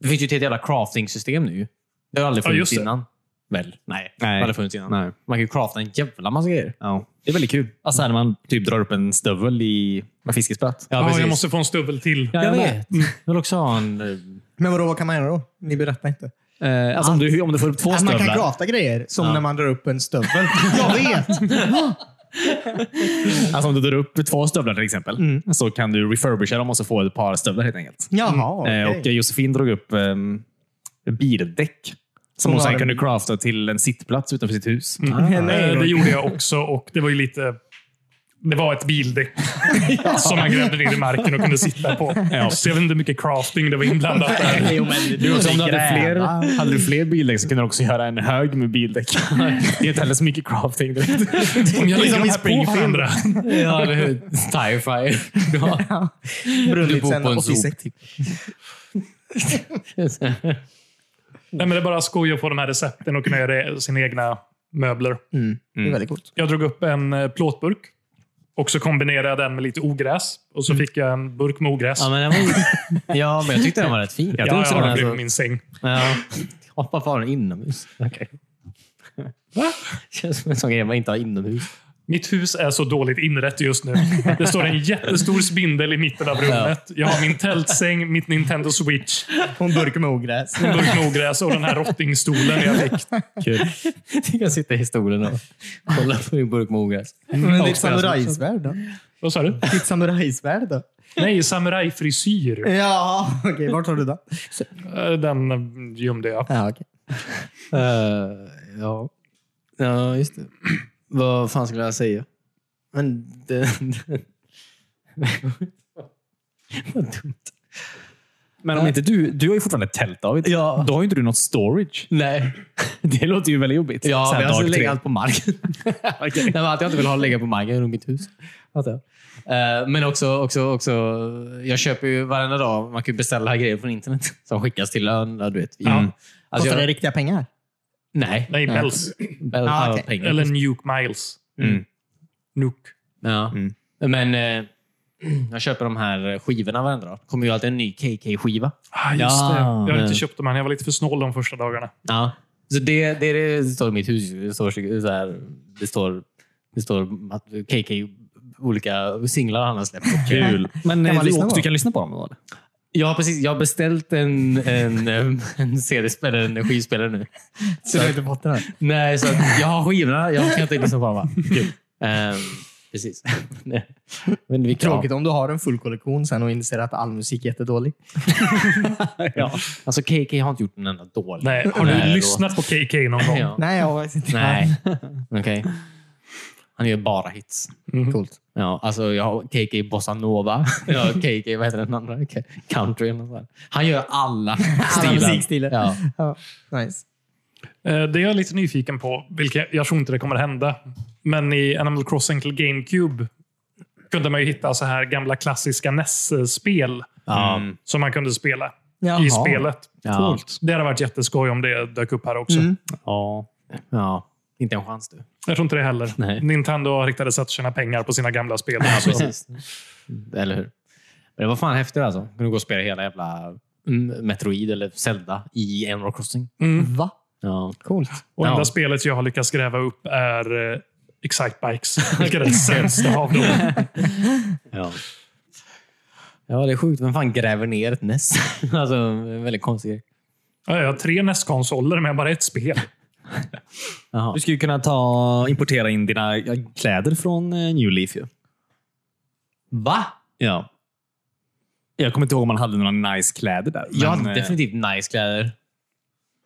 Speaker 1: Det finns ju ett helt jävla crafting-system nu. Det har aldrig
Speaker 3: Ja, just
Speaker 1: funnits
Speaker 3: det.
Speaker 1: innan. Väl? Nej.
Speaker 4: Nej.
Speaker 1: Det har aldrig funnits innan.
Speaker 4: Nej.
Speaker 1: Man kan ju crafta en jävla massa grejer.
Speaker 4: Ja. Det är väldigt kul. Alltså här när man typ drar upp en stövel i med fiskespett.
Speaker 1: Ja,
Speaker 3: Ja,
Speaker 1: precis.
Speaker 3: jag måste få en stubbel till.
Speaker 1: Jag,
Speaker 4: jag
Speaker 1: vet. Jag vill också ha en... eh,
Speaker 2: Men vadå, vad kan man göra då? Ni berättar inte.
Speaker 4: Eh, alltså om du, om du får upp två
Speaker 2: Att Äh, man kan
Speaker 4: stövlar.
Speaker 2: krafta grejer, som när man drar upp en stövel. Jag vet!
Speaker 4: Alltså om du drar upp två stövlar till exempel
Speaker 2: Mm.
Speaker 4: så kan du refurbisha dem och så få ett par stövlar helt enkelt.
Speaker 2: Jaha, okej.
Speaker 4: Eh, Och Josefin drog upp um, bildäck som
Speaker 2: Hon
Speaker 4: hon sen
Speaker 2: har
Speaker 4: kunde
Speaker 2: en- Mm.
Speaker 4: Ah. crafta till en sittplats utanför sitt hus.
Speaker 3: Eh, Det gjorde jag också och det var ju lite Det var ett
Speaker 1: (laughs)
Speaker 3: bildäck som man grävde ner i marken och kunde sitta på. Så jag vet inte hur mycket crafting det var inblandat där.
Speaker 2: Jo, men
Speaker 4: Du, också, om du hade,
Speaker 2: gräva.
Speaker 4: fler, hade du fler bildäck så kunde du också göra en hög
Speaker 2: (laughs)
Speaker 4: med bildäck. Det är inte heller så mycket crafting. direkt. (laughs)
Speaker 3: Om jag lägger
Speaker 1: Liksom
Speaker 3: de
Speaker 1: i
Speaker 3: här på
Speaker 1: Springfield.
Speaker 3: varandra.
Speaker 1: Ja, eller (laughs) hur? Tirefire. Du har du
Speaker 2: Brunnit
Speaker 1: bor
Speaker 2: sedan
Speaker 1: på en
Speaker 2: 86.
Speaker 1: zoo.
Speaker 3: Nej, men det är bara skoj att få de här recepten och kunna göra sina egna möbler.
Speaker 2: Mm. Det är väldigt coolt.
Speaker 3: Jag drog upp en eh, plåtburk och så kombinerade jag den med lite ogräs. Och så fick jag en burk med ogräs.
Speaker 1: Mm. Ja, men, den var... ja, men jag tyckte den var rätt fin.
Speaker 3: Ja,
Speaker 1: tyckte
Speaker 3: ja,
Speaker 1: också
Speaker 3: ja,
Speaker 1: den
Speaker 3: det
Speaker 1: här
Speaker 3: blev
Speaker 1: så-
Speaker 3: min säng.
Speaker 1: Ja. (laughs) Ja, Varför har den inomhus? Okay.
Speaker 3: Va?
Speaker 1: (laughs) Känns som en sån grej man inte har inomhus.
Speaker 3: Mitt hus är så dåligt inrett just nu. Det står en jättestor spindel i mitten av rummet. Jag har min tältsäng, mitt Nintendo Switch,
Speaker 2: På en burk med ogräs.
Speaker 3: en burk med ogräs och den här rottingstolen jag fick.
Speaker 1: (laughs) Kul. Du kan sitta i stolen och kolla på din burk med ogräs.
Speaker 2: Men ditt
Speaker 3: spela
Speaker 2: samurajsvärd då?
Speaker 3: Vad sa du?
Speaker 2: Ditt samurajsvärd då?
Speaker 3: Nej, samurajfrisyr.
Speaker 2: Ja, (laughs) okej. Vart har du den?
Speaker 3: Eh, Den eh, gömde jag.
Speaker 2: Ja, okej.
Speaker 1: Eh, ja. ja, just det. (clears throat) Vad fan skulle jag säga? Men det... (laughs) det- Vad dumt.
Speaker 4: Men om inte du, du har ju fortfarande ett tält David.
Speaker 1: Ja.
Speaker 4: Då har ju inte du något storage. (laughs)
Speaker 1: Nej.
Speaker 4: Det låter ju väldigt jobbigt.
Speaker 1: Ja,
Speaker 4: Så här
Speaker 1: men jag
Speaker 4: dag
Speaker 1: skulle
Speaker 4: tre.
Speaker 1: lägga allt på marken. okay. Nej, men allt jag inte vill ha lägga på marken runt mitt hus. Fattar jag. Eh, Men också, också, också, jag köper ju varenda dag, man kan ju beställa grejer från internet som skickas till ön. där, Du vet. Mm. Alltså,
Speaker 2: Kostar det
Speaker 1: jag,
Speaker 2: riktiga pengar?
Speaker 1: nej.
Speaker 3: Nej, Bells.
Speaker 1: Väl-
Speaker 2: Ah,
Speaker 1: ja,
Speaker 2: okej.
Speaker 1: pengar.
Speaker 3: Eller Nuke Miles.
Speaker 4: Mm.
Speaker 3: Nuke.
Speaker 1: Ja.
Speaker 4: Mm.
Speaker 1: Men eh, (clears throat) jag köper de här eh, skivorna varenda dag. Det kommer ju alltid en ny KK-skiva.
Speaker 3: Ah, just
Speaker 1: Ja,
Speaker 3: det. Jag har
Speaker 1: men-
Speaker 3: inte köpt dem än. Jag var lite för snål de första dagarna.
Speaker 1: Ja. Så det, det, är det, det står i mitt hus. Det står, så här, det står, det står att KK, olika singlar han har släppt. (laughs)
Speaker 4: Kul. Men
Speaker 2: man
Speaker 4: eh,
Speaker 2: lyssna på
Speaker 4: du, du
Speaker 2: dem?
Speaker 4: kan lyssna på dem då? Eller?
Speaker 1: Jag har precis jag har beställt en, en, em, en CD-spelare, en skivspelare nu.
Speaker 2: Så du har inte fått den? än?
Speaker 1: Nej, så att jag har skivorna. Jag kan inte lyssna på dem. va? Kul. Ehm, precis. (laughs) Nej. Men vi kan,
Speaker 2: Tråkigt om du har en full kollektion sen och inser att all musik är jättedålig.
Speaker 1: ja. Alltså KK har inte gjort en enda dålig.
Speaker 3: Nej, har du
Speaker 1: Nej, då.
Speaker 3: lyssnat på KK någon gång?
Speaker 1: Ja.
Speaker 2: Nej, jag har inte.
Speaker 1: Nej. (laughs) Okej. Han gör bara hits.
Speaker 2: Coolt.
Speaker 1: Ja, alltså jag har KK Bossa Nova. (laughs) Jag har KK, vad heter den andra? K- Country eller något sånt. Han gör (laughs) alla stilar.
Speaker 2: musikstilar.
Speaker 1: Ja.
Speaker 2: Ja, nice.
Speaker 3: Eh, Det jag är lite nyfiken på, vilket jag tror inte det kommer hända, men i Animal Crossing till GameCube kunde man ju hitta så här gamla klassiska NES-spel
Speaker 1: Ja.
Speaker 3: som man kunde spela
Speaker 2: Jaha.
Speaker 3: i spelet.
Speaker 1: Mm. Ja.
Speaker 3: Coolt. Det hade varit jätteskoj om det dök upp här också.
Speaker 2: Mm.
Speaker 1: Ja. ja. Inte en chans du.
Speaker 3: Jag tror inte det heller.
Speaker 1: Nej.
Speaker 3: Nintendo riktade sig att tjäna pengar på sina gamla spel. Alltså, Så-
Speaker 1: (laughs) precis. Mm, Eller hur? Men det var fan häftigt alltså. Kunde gå och spela hela jävla mm, Metroid eller Zelda i Animal Crossing.
Speaker 3: Mm.
Speaker 2: Va?
Speaker 1: Ja.
Speaker 2: Coolt.
Speaker 3: Och enda
Speaker 1: Ja.
Speaker 3: spelet jag har lyckats gräva upp är eh, Excite
Speaker 1: (laughs)
Speaker 3: Bikes. Vilket är det sämsta av dem.
Speaker 1: Ja. ja, det är sjukt. Vem fan gräver ner ett NES? (laughs) alltså, en väldigt konstig grej.
Speaker 3: Ja, Jag har tre NES-konsoler, men jag har bara ett spel.
Speaker 1: Jaha.
Speaker 4: Du skulle ju kunna ta, importera in dina ja, kläder från eh, New Leaf. Ju.
Speaker 1: Va?
Speaker 4: Ja. Jag kommer inte ihåg om man hade några nice kläder där.
Speaker 1: Jag
Speaker 4: men,
Speaker 1: har
Speaker 4: eh,
Speaker 1: definitivt nice kläder.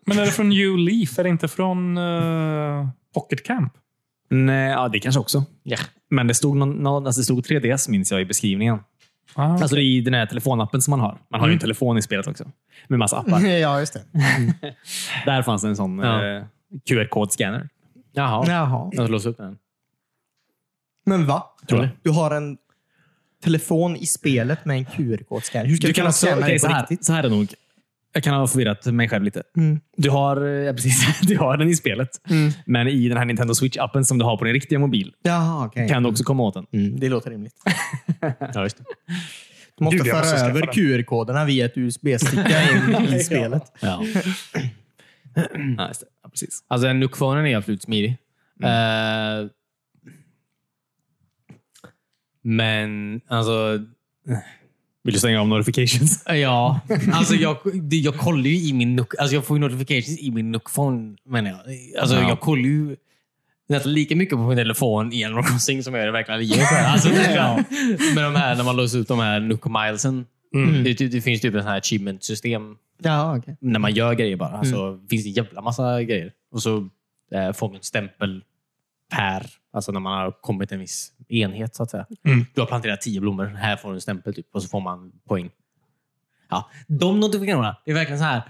Speaker 3: Men är det från New Leaf? Är det inte från uh, Pocket Camp?
Speaker 4: Nej, eh, ja, det kanske också.
Speaker 1: Ja.
Speaker 4: Men det stod, någon, någon, alltså det stod 3DS minns jag i beskrivningen.
Speaker 3: Ah,
Speaker 4: Alltså i den här telefonappen som man har. Man
Speaker 1: Mm.
Speaker 4: har ju en telefon i spelet också. Med massa appar.
Speaker 2: Mm, ja, just det.
Speaker 4: Där fanns det en sån
Speaker 1: Ja.
Speaker 4: eh, QR-kodscanner.
Speaker 1: Jaha.
Speaker 2: Jaha.
Speaker 1: Jag ska låsa upp den.
Speaker 2: Men va?
Speaker 4: Tror jag.
Speaker 2: Du har en telefon i spelet med en QR-kodscanner. Hur ska du, kunna
Speaker 4: också-
Speaker 2: scanna
Speaker 4: okej,
Speaker 2: det
Speaker 4: så,
Speaker 2: på
Speaker 4: här,
Speaker 2: riktigt?
Speaker 4: så här är det nog. Jag kan ha förvirrat mig själv lite.
Speaker 2: Mm.
Speaker 4: Du, har, eh, ja, precis, (laughs) du har den i spelet.
Speaker 2: Mm.
Speaker 4: Men i den här Nintendo Switch-appen som du har på din riktiga mobil
Speaker 2: Jaha, okej.
Speaker 4: kan du också komma åt den.
Speaker 2: Mm, det låter (laughs) rimligt.
Speaker 1: Ja, just det.
Speaker 2: Du måste
Speaker 3: Gud, jag måste
Speaker 2: föra
Speaker 3: skaffa
Speaker 2: över
Speaker 3: den.
Speaker 2: QR-koderna via ett (laughs) USB-sticka in i spelet.
Speaker 1: Ja.
Speaker 4: Ja, just det. Ja, precis.
Speaker 1: Alltså, Nukvanen är absolut smidig. Eh, men, alltså...
Speaker 4: Vill du stänga av notifications?
Speaker 1: Ja, alltså jag, det- jag kollar ju i min nuk, alltså jag får ju notifications i min nuckphone menar jag. Alltså
Speaker 4: Ja.
Speaker 1: jag kollar ju nästan lika mycket på min telefon i Animal Crossing som jag gör i verkliga livet. Alltså, det är- Med de här, när man låser ut de här nuck-milesen. Det, det, det finns typ en sån här achievement-system
Speaker 2: Ja, okej.
Speaker 1: när man gör grejer bara. Alltså, finns det en jävla massa grejer. Och så eh, får man en stämpel per, alltså när man har kommit en viss enhet så att säga.
Speaker 3: Mm.
Speaker 1: Du har planterat tio blommor, här får du en stämpel typ, och så får man poäng. Ja, de notifikationerna, det är verkligen så här.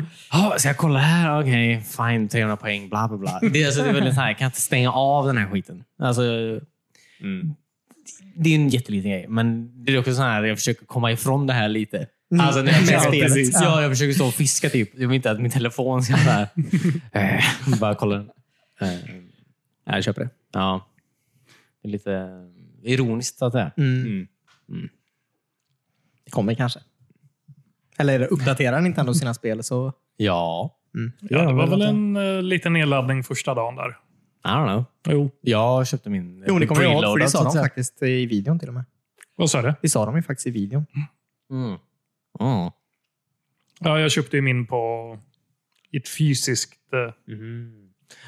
Speaker 1: (laughs) Ja, ska jag kolla här? Okej, fine. 300 poäng, bla bla bla. Det är, alltså, det är väldigt så här, jag kan inte stänga av den här skiten. Alltså,
Speaker 4: Mm.
Speaker 1: det är en jätteliten grej, men det är också så här jag försöker komma ifrån det här lite.
Speaker 2: Mm.
Speaker 1: Alltså, när jag,
Speaker 2: Med
Speaker 1: ja,
Speaker 2: spelet.
Speaker 1: precis.
Speaker 2: Ja.
Speaker 1: Ja, jag försöker stå och fiska typ. Jag vill inte att min telefon ska så (laughs) här. eh, bara kolla den. Eh,
Speaker 4: Nej, jag köper det.
Speaker 1: ja. Det är lite eh, ironiskt så att säga.
Speaker 2: Mm.
Speaker 4: Mm.
Speaker 2: Det kommer kanske. Eller uppdaterar Nintendo sina spel så...
Speaker 1: Ja.
Speaker 3: Ja, det var väl en eh, liten nedladdning första dagen där.
Speaker 1: I don't know.
Speaker 3: Jo,
Speaker 1: Jag köpte min
Speaker 2: Jo, det kommer jag ihåg, för det
Speaker 1: preloadad, så
Speaker 2: sa
Speaker 1: att
Speaker 2: de
Speaker 1: säga.
Speaker 2: faktiskt i videon till och med.
Speaker 3: vad sa du?
Speaker 2: Det sa de ju faktiskt i videon.
Speaker 1: Mm. Mm.
Speaker 3: Ja, jag köpte ju min på i ett fysiskt... eh,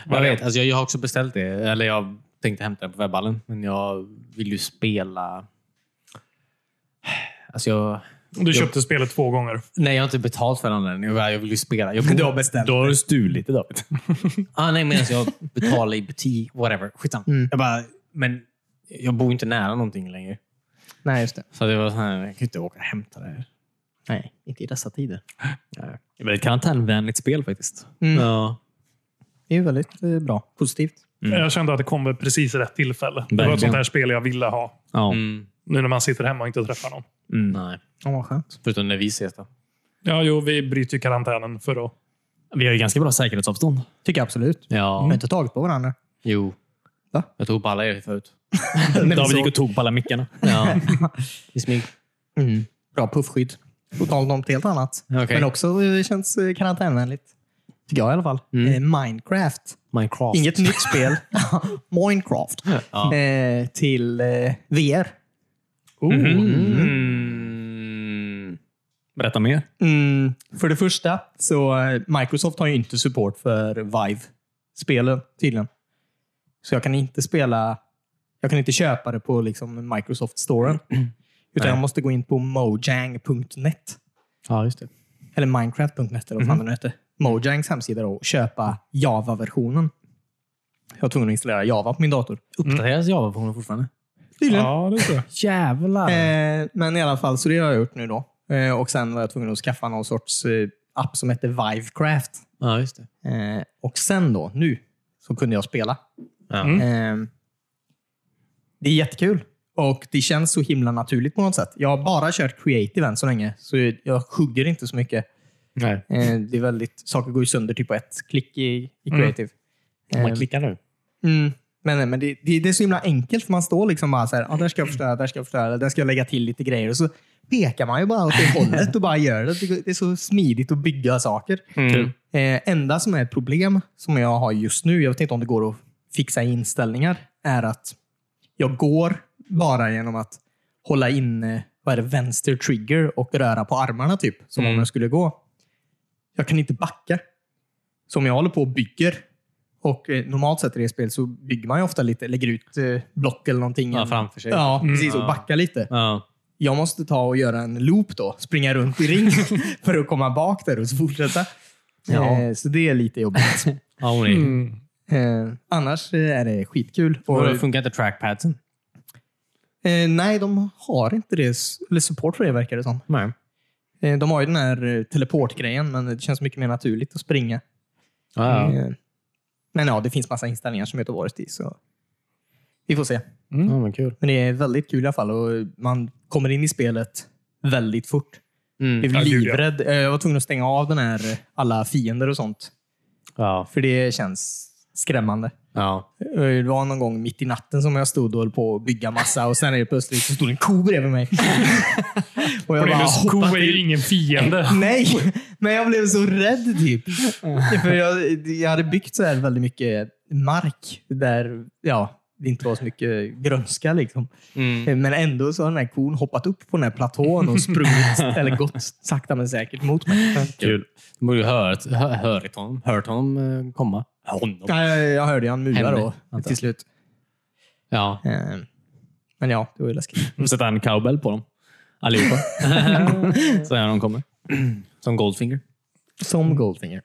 Speaker 1: Jag vet, alltså jag, jag har också beställt det. Eller jag tänkte hämta det på webballen, men jag vill ju spela... Alltså jag...
Speaker 3: Du köpte spelet två gånger.
Speaker 1: Nej, jag har inte betalt för den än. Jag jag vill ju spela. Jag
Speaker 2: Du har beställt
Speaker 1: Då har (laughs) du stulit det David. ah, nej, men alltså, jag betalar i butik. Whatever. Skitsamma.
Speaker 2: Mm.
Speaker 1: Jag bara, men jag bor ju inte nära någonting längre.
Speaker 2: Nej, just det.
Speaker 1: Så det var så här, jag kan ju inte åka och hämta det.
Speaker 2: Nej, inte i dessa tider.
Speaker 4: Det är väl ett karantänvänligt spel faktiskt.
Speaker 2: Mm.
Speaker 1: Ja.
Speaker 2: Det är ju väldigt eh, bra. Positivt.
Speaker 3: Jag kände att det kom vid precis rätt tillfälle. Det var
Speaker 4: Verkligen.
Speaker 3: ett sånt här spel jag ville ha.
Speaker 4: Ja.
Speaker 1: Mm.
Speaker 3: Nu när man sitter hemma och inte träffar någon.
Speaker 1: Mm. Nej,
Speaker 2: Ja, vad skönt.
Speaker 1: förutom när vi ses då.
Speaker 3: Ja, jo, vi bryter ju karantänen för att...
Speaker 4: Vi har ju ganska bra säkerhetsavstånd.
Speaker 2: Tycker jag absolut.
Speaker 1: Ja.
Speaker 2: Vi har inte tagit på varandra.
Speaker 1: Jo.
Speaker 2: Va?
Speaker 1: Jag tog på alla er förut.
Speaker 4: David gick och tog på alla mickarna.
Speaker 2: (laughs)
Speaker 1: Ja. I smyg.
Speaker 2: Mm. Bra puffskydd. På tal om något helt annat.
Speaker 1: Okej.
Speaker 2: Men också eh, känns eh, karantänvänligt. Tycker jag i alla fall. Eh, Minecraft.
Speaker 1: Minecraft. (laughs)
Speaker 2: Inget nytt spel. Minecraft.
Speaker 1: Ja.
Speaker 2: Eh, till eh, VR.
Speaker 1: Mm-hmm. Mm.
Speaker 4: Berätta mer.
Speaker 2: Mm, för det första så eh, Microsoft har ju inte support för Vive-spelen tydligen. Så jag kan inte spela, jag kan inte köpa det på liksom
Speaker 1: (clears throat)
Speaker 2: Microsoft Storen. Utan jag måste gå in på mojang.net.
Speaker 1: Ja, just det. Mhm.
Speaker 2: Eller minecraft.net eller vad fan det nu hette. Mojangs hemsida då, och köpa Java-versionen. Jag var tvungen att installera Java på min dator.
Speaker 1: Uppdateras Java-versionen fortfarande?
Speaker 2: Tydligen.
Speaker 3: Ja, det (laughs) tror jag.
Speaker 1: Jävlar!
Speaker 2: Eh, men i alla fall, så det har jag gjort nu då. Eh, och sen var jag tvungen att skaffa någon sorts eh, app som hette Vivecraft.
Speaker 1: Ja, just det.
Speaker 2: Eh, och sen då, nu, så kunde jag spela.
Speaker 1: Ja.
Speaker 2: Eh, det är jättekul. Och det känns så himla naturligt på något sätt. Jag har bara kört creative än så länge, så jag hugger inte så mycket.
Speaker 1: Nej.
Speaker 2: Eh, det är väldigt, saker går ju sönder typ på ett klick i, i creative. Eh,
Speaker 1: Man klickar nu.
Speaker 2: Mm. Men, men det, det, det är så himla enkelt. för Man står liksom bara så här, ah, där ska jag förstöra, där ska jag förstöra, där ska jag lägga till lite grejer. Och så pekar man ju bara åt det hållet och bara gör det. Det går- Det är så smidigt att bygga saker.
Speaker 1: Mm.
Speaker 2: Eh, enda som är ett problem som jag har just nu, jag vet inte om det går att fixa i inställningar, är att jag går bara genom att hålla in vad är det, vänster trigger och röra på armarna typ, som om
Speaker 1: Mm.
Speaker 2: jag skulle gå. Jag kan inte backa. Så om jag håller på och bygger, och eh, normalt sett i det spel så bygger man ju ofta lite, lägger ut eh, block eller någonting.
Speaker 1: Ja, framför sig. Mm.
Speaker 2: Ja, precis.
Speaker 1: Ja.
Speaker 2: Och backar lite
Speaker 1: Ja.
Speaker 2: jag måste ta och göra en loop då. Springa runt i ring (laughs) för att komma bak där och så fortsätta.
Speaker 1: Ja.
Speaker 2: Eh, så det är
Speaker 1: (laughs)
Speaker 2: lite jobbigt.
Speaker 1: Ja, hon
Speaker 2: Mm.
Speaker 1: är.
Speaker 2: eh, annars eh, är det skitkul. Och,
Speaker 1: Och funkar inte trackpadsen?
Speaker 2: eh, nej, de har inte det. s- Eller support för det verkar det som.
Speaker 1: Nej.
Speaker 2: Eh, de har ju den här eh, teleportgrejen, men det känns mycket mer naturligt att springa.
Speaker 1: Ja.
Speaker 2: Eh, men ja, det finns massa inställningar som inte har varit i. Så vi får se.
Speaker 1: ja, men kul.
Speaker 2: Men det är väldigt kul i alla fall och man kommer in i spelet väldigt fort. Jag
Speaker 1: Mm.
Speaker 2: blev
Speaker 3: Ja, gud, ja.
Speaker 2: livrädd. Eh, Jag var tvungen att stänga av den här eh, alla fiender och sånt.
Speaker 1: Ja.
Speaker 2: För det känns skrämmande.
Speaker 1: Ja.
Speaker 2: Eh, Det var någon gång mitt i natten som jag stod och höll på att bygga massa och sen är det plötsligt så stod en ko bredvid mig. och jag bara
Speaker 3: Linus, ko
Speaker 2: hoppade
Speaker 3: är ju
Speaker 2: till.
Speaker 3: ingen (laughs) fiende.
Speaker 2: Nej, men jag blev så rädd typ. För jag, jag hade byggt så här väldigt mycket mark där ja, det inte var så mycket grönska. Liksom.
Speaker 1: Mm.
Speaker 2: Men ändå så har den här kon hoppat upp på den här platån
Speaker 1: (laughs)
Speaker 2: och sprungit, eller gått sakta men säkert mot mig.
Speaker 1: Kul. Du borde ju hört, hö- hört honom, hört honom eh, komma. Honom.
Speaker 2: Nej, jag, jag hörde ju han mula
Speaker 1: Henne,
Speaker 2: då
Speaker 1: antar
Speaker 2: till slut.
Speaker 1: Ja.
Speaker 2: Eh, Men ja, det var ju läskigt.
Speaker 1: Mm.
Speaker 4: Sätta en cowbell på dem. (laughs) Allihopa. Så när de kommer.
Speaker 1: Som Goldfinger.
Speaker 2: Mm. Som Goldfinger.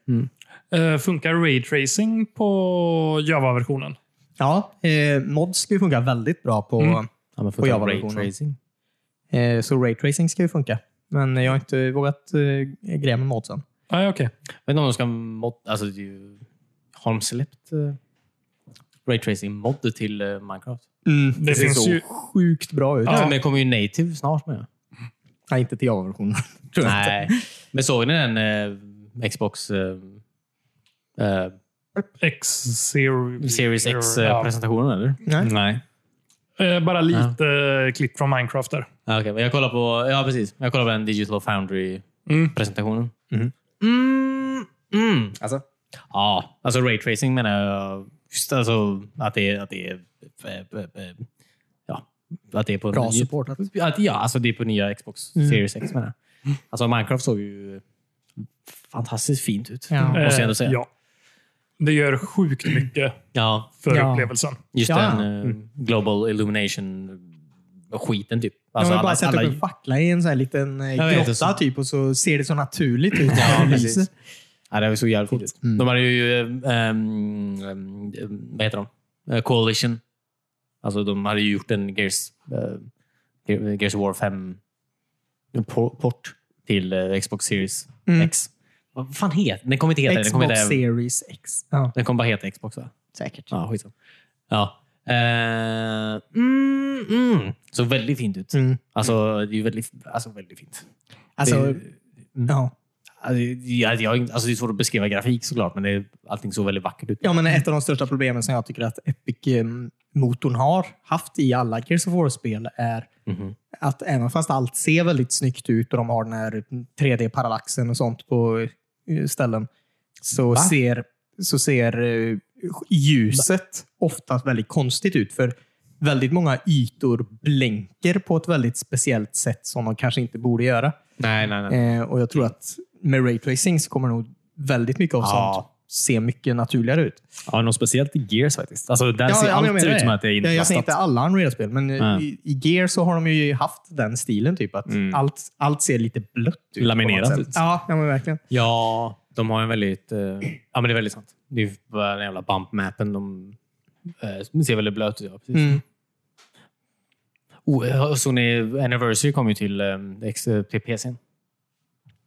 Speaker 3: Eh, funkar Ray Tracing på Java-versionen?
Speaker 2: Ja, eh, mods ska ju funka väldigt bra på...
Speaker 3: Mm.
Speaker 1: Ja, men
Speaker 2: Och
Speaker 1: funkar
Speaker 2: Java-versionen.
Speaker 1: raytracing?
Speaker 2: Eh, så raytracing ska ju funka. Men jag har inte vågat eh, greja med modsen.
Speaker 3: Nej, okej.
Speaker 1: Jag vet inte om de ska mod... Alltså, det är ju, har de släppt eh, raytracing-mod till eh, Minecraft?
Speaker 2: Mm,
Speaker 3: Det finns ju-
Speaker 2: sjukt bra ut.
Speaker 1: Ja. men det kommer ju native snart med.
Speaker 2: Nej, inte till Java-versionen. tror jag inte.
Speaker 1: Nej. Men såg ni den eh, Xbox eh, eh,
Speaker 3: X-Series.
Speaker 1: Series eh,
Speaker 3: Ja.
Speaker 1: X-presentationen, eller?
Speaker 2: Nej.
Speaker 4: Nej.
Speaker 3: Eh, Bara lite eh, klipp från Minecraft där.
Speaker 1: Ja, Ah, okej. Men jag kollar på ja, precis. Jag kollar på den Digital
Speaker 2: Mm.
Speaker 1: Foundry-presentationen.
Speaker 2: Mhm.
Speaker 1: Mm, mm.
Speaker 2: Alltså?
Speaker 1: Ja, alltså raytracing menar jag. Just alltså att det är... Att det är eh, eh, eh, ja, att det är på
Speaker 2: Bra Mm.
Speaker 1: ny-
Speaker 2: supportat.
Speaker 1: Att, ja, alltså det är på nya Xbox Series X menar
Speaker 2: Mm.
Speaker 1: jag. Alltså Minecraft såg ju fantastiskt fint ut.
Speaker 2: Ja.
Speaker 1: Måste jag
Speaker 3: Eh,
Speaker 1: ändå säga.
Speaker 3: Ja. Det gör sjukt mycket
Speaker 1: Ja,
Speaker 3: för
Speaker 2: Ja.
Speaker 3: upplevelsen.
Speaker 1: just
Speaker 2: Ja.
Speaker 1: den eh, Global Illumination-skiten typ. Alltså,
Speaker 2: ja, men bara
Speaker 1: alla-
Speaker 2: sätta
Speaker 1: alla-
Speaker 2: upp en fackla i en sån här liten eh,
Speaker 1: Jag vet, det är
Speaker 2: grotta
Speaker 1: så-
Speaker 2: typ och så ser det så naturligt ut.
Speaker 1: Ja,
Speaker 2: när det lyser.
Speaker 1: precis. Ja, det var så jävligt coolt. De hade ju... ehm, ehm, vad heter de? Eh, Coalition. Alltså, de hade ju gjort en Gears, eh, Gears of War 5 po- port till eh, Xbox Series
Speaker 2: Mm.
Speaker 1: X. Vad fan heter den? kommer inte heta det. Den kommer,
Speaker 2: Xbox
Speaker 1: inte,
Speaker 2: Series X. Ja,
Speaker 1: den kommer bara heta Xbox, va?
Speaker 2: säkert.
Speaker 1: Ja, skitsamma. Ja. Eh, mm, mm. Så väldigt fint ut.
Speaker 2: Mm.
Speaker 1: Alltså, det är ju väldigt, alltså, väldigt fint.
Speaker 2: Alltså,
Speaker 1: Det-
Speaker 2: ja.
Speaker 1: Alltså, jag, jag, alltså det är svårt att beskriva grafik såklart, men det, är- allting såg väldigt vackert ut.
Speaker 2: ja, men ett av de största problemen som jag tycker att Epic-motorn har haft i alla Gears of War-spel är
Speaker 1: Mhm.
Speaker 2: att även fast allt ser väldigt snyggt ut och de har den här 3D-parallaxen och sånt på eh, ställen, så
Speaker 1: Va?
Speaker 2: ser, så ser eh, ljuset oftast väldigt konstigt ut. För väldigt många ytor blänker på ett väldigt speciellt sätt som de kanske inte borde göra.
Speaker 1: Nej, nej, nej.
Speaker 2: Eh, och jag tror att med raytracing så kommer nog väldigt mycket av
Speaker 1: Ja.
Speaker 2: sånt se mycket naturligare ut.
Speaker 4: Ja, något speciellt i Gears faktiskt. Alltså, där ser
Speaker 2: men jag
Speaker 4: allt
Speaker 2: menar
Speaker 4: ut som att det är
Speaker 2: Ja, Jag säger inte
Speaker 4: inplastat.
Speaker 2: alla Unreal-spel, men
Speaker 4: Nej.
Speaker 2: i, i Gear så har de ju haft den stilen. typ att
Speaker 4: Mm.
Speaker 2: allt, allt ser lite blött ut. på något
Speaker 4: Laminerat
Speaker 2: sätt.
Speaker 4: ut.
Speaker 2: Ja, ja men verkligen.
Speaker 1: Ja, de har en väldigt... Eh, ja, men det är väldigt sant. Det är ju bara den jävla bump-mappen. De eh, ser väldigt blöt ut. Ja, precis.
Speaker 2: Mm.
Speaker 1: Oh, eh, såg ni, Anniversary kom ju till, eh, X- eh, till PCn.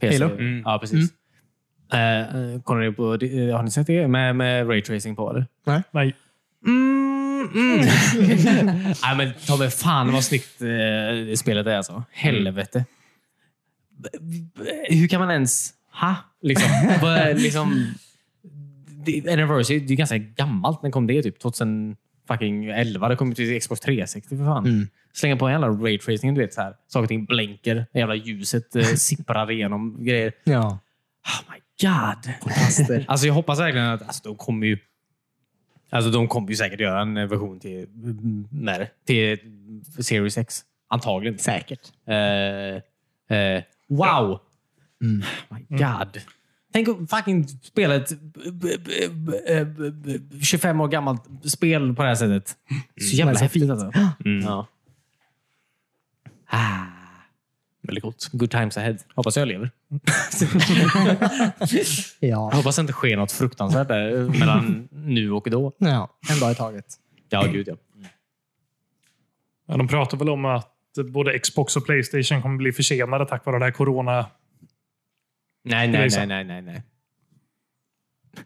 Speaker 2: Halo?
Speaker 1: Mm. Ja, precis. Eh, eh, kollar ni på, det- eh, har ni sett det med, med raytracing på? Eller?
Speaker 3: Nej.
Speaker 1: Mm, mm. Nej, men ta mig fan vad snyggt eh, det spelet är alltså. Helvete. B- b- Hur kan man ens... Ha? Liksom. Vad- liksom det, Anniversary, det är ganska gammalt. När kom det? Typ 2011? Det kom ju till Xbox 360 för fan.
Speaker 2: Mm.
Speaker 1: Slänga på en jävla raytracing, du vet. Så här. Saker och ting blänker. Det jävla ljuset eh, sipprar igenom grejer.
Speaker 2: Ja.
Speaker 1: Oh my god.
Speaker 2: Faster.
Speaker 1: (laughs) Alltså jag hoppas verkligen att alltså, de kommer ju... Alltså de kommer ju säkert göra en version till, med det, till Series X. Mm. Antagligen.
Speaker 2: Säkert.
Speaker 1: Eh, eh, wow! Oh (sighs) my god. Tänk att fucking spela ett b- b- b- b- b- b- 25 år gammalt spel på det här sättet. Så jävla
Speaker 2: Men så
Speaker 1: häftigt alltså. Ja. Ah. Väldigt coolt. Good times ahead. Hoppas jag lever. Jag
Speaker 2: Ja.
Speaker 1: hoppas det inte sker något fruktansvärt där mellan nu och då.
Speaker 2: ja. En dag i taget.
Speaker 1: Ja, gud ja.
Speaker 3: Ja, de pratar väl om att både Xbox och Playstation kommer bli försenade tack vare det här corona.
Speaker 1: Nej,
Speaker 3: Det är
Speaker 1: nej, nej,
Speaker 3: sant.
Speaker 1: nej, nej, nej.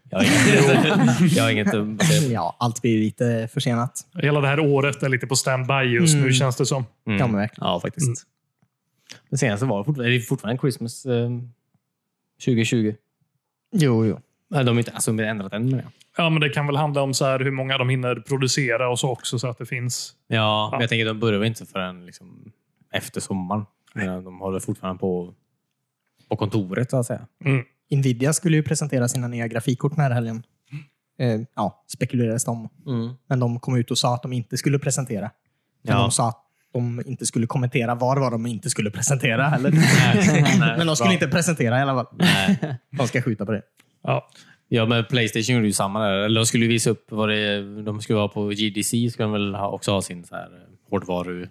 Speaker 1: Jag har inget, (laughs) jag har inget um,
Speaker 2: Ja, allt blir lite försenat.
Speaker 3: Hela det här året är lite på standby just nu
Speaker 2: Mm.
Speaker 3: känns det som.
Speaker 2: Ja, men verkligen.
Speaker 1: Ja, faktiskt.
Speaker 3: Mm.
Speaker 1: Men senast var det fortfarande, det är fortfarande Christmas um, 2020.
Speaker 2: Jo, jo.
Speaker 1: Nej, De har inte alltså, de har ändrat den menar jag.
Speaker 3: Ja, men det kan väl handla om så här hur många de hinner producera och så också så att det finns.
Speaker 1: Ja, men jag tänker de börjar väl inte förrän liksom, efter sommaren. Medan De håller fortfarande på, på kontoret så att säga.
Speaker 3: Mm.
Speaker 2: Nvidia skulle ju presentera sina nya grafikkort den här helgen. Eh, ja, spekulerades de om.
Speaker 1: Mm.
Speaker 2: Men de kom ut och sa att de inte skulle presentera. Men
Speaker 1: Ja.
Speaker 2: de sa att de inte skulle kommentera var vad de inte
Speaker 1: (laughs)
Speaker 2: skulle presentera heller. (laughs) Men de skulle
Speaker 1: bra.
Speaker 2: inte presentera i alla fall.
Speaker 1: Nej.
Speaker 2: De ska skjuta på det.
Speaker 3: Ja.
Speaker 1: Ja, men Playstation gjorde ju samma där. Eller de skulle ju visa upp vad det de skulle ha på GDC. Skulle de väl ha, också ha sin så här, eh, hårdvaru...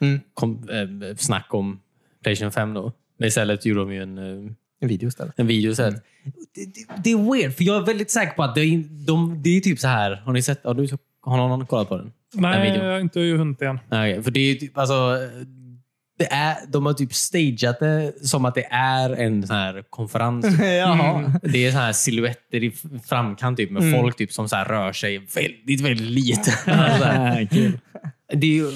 Speaker 2: Mm.
Speaker 1: Kom, eh, snack om Playstation 5 då. Men istället gjorde de ju en eh,
Speaker 2: En video istället.
Speaker 1: En video istället. Mm. Det, det, det är weird, för jag är väldigt säker på att det, är- de, det är typ så här. Har ni sett? Har, du, har någon annan kollat på den? Den
Speaker 3: Nej,
Speaker 1: videon.
Speaker 3: jag har inte hunnit än.
Speaker 1: Nej, okej. för det är ju typ, alltså, det är, de har typ stageat det som att det är en sån här konferens.
Speaker 2: (laughs)
Speaker 1: Mm.
Speaker 2: Jaha. Mm.
Speaker 1: Det är såna här silhuetter i framkant typ, med folk typ, som så här rör sig väldigt, väldigt
Speaker 2: (laughs)
Speaker 1: lite. Alltså, så här. det, är, ju-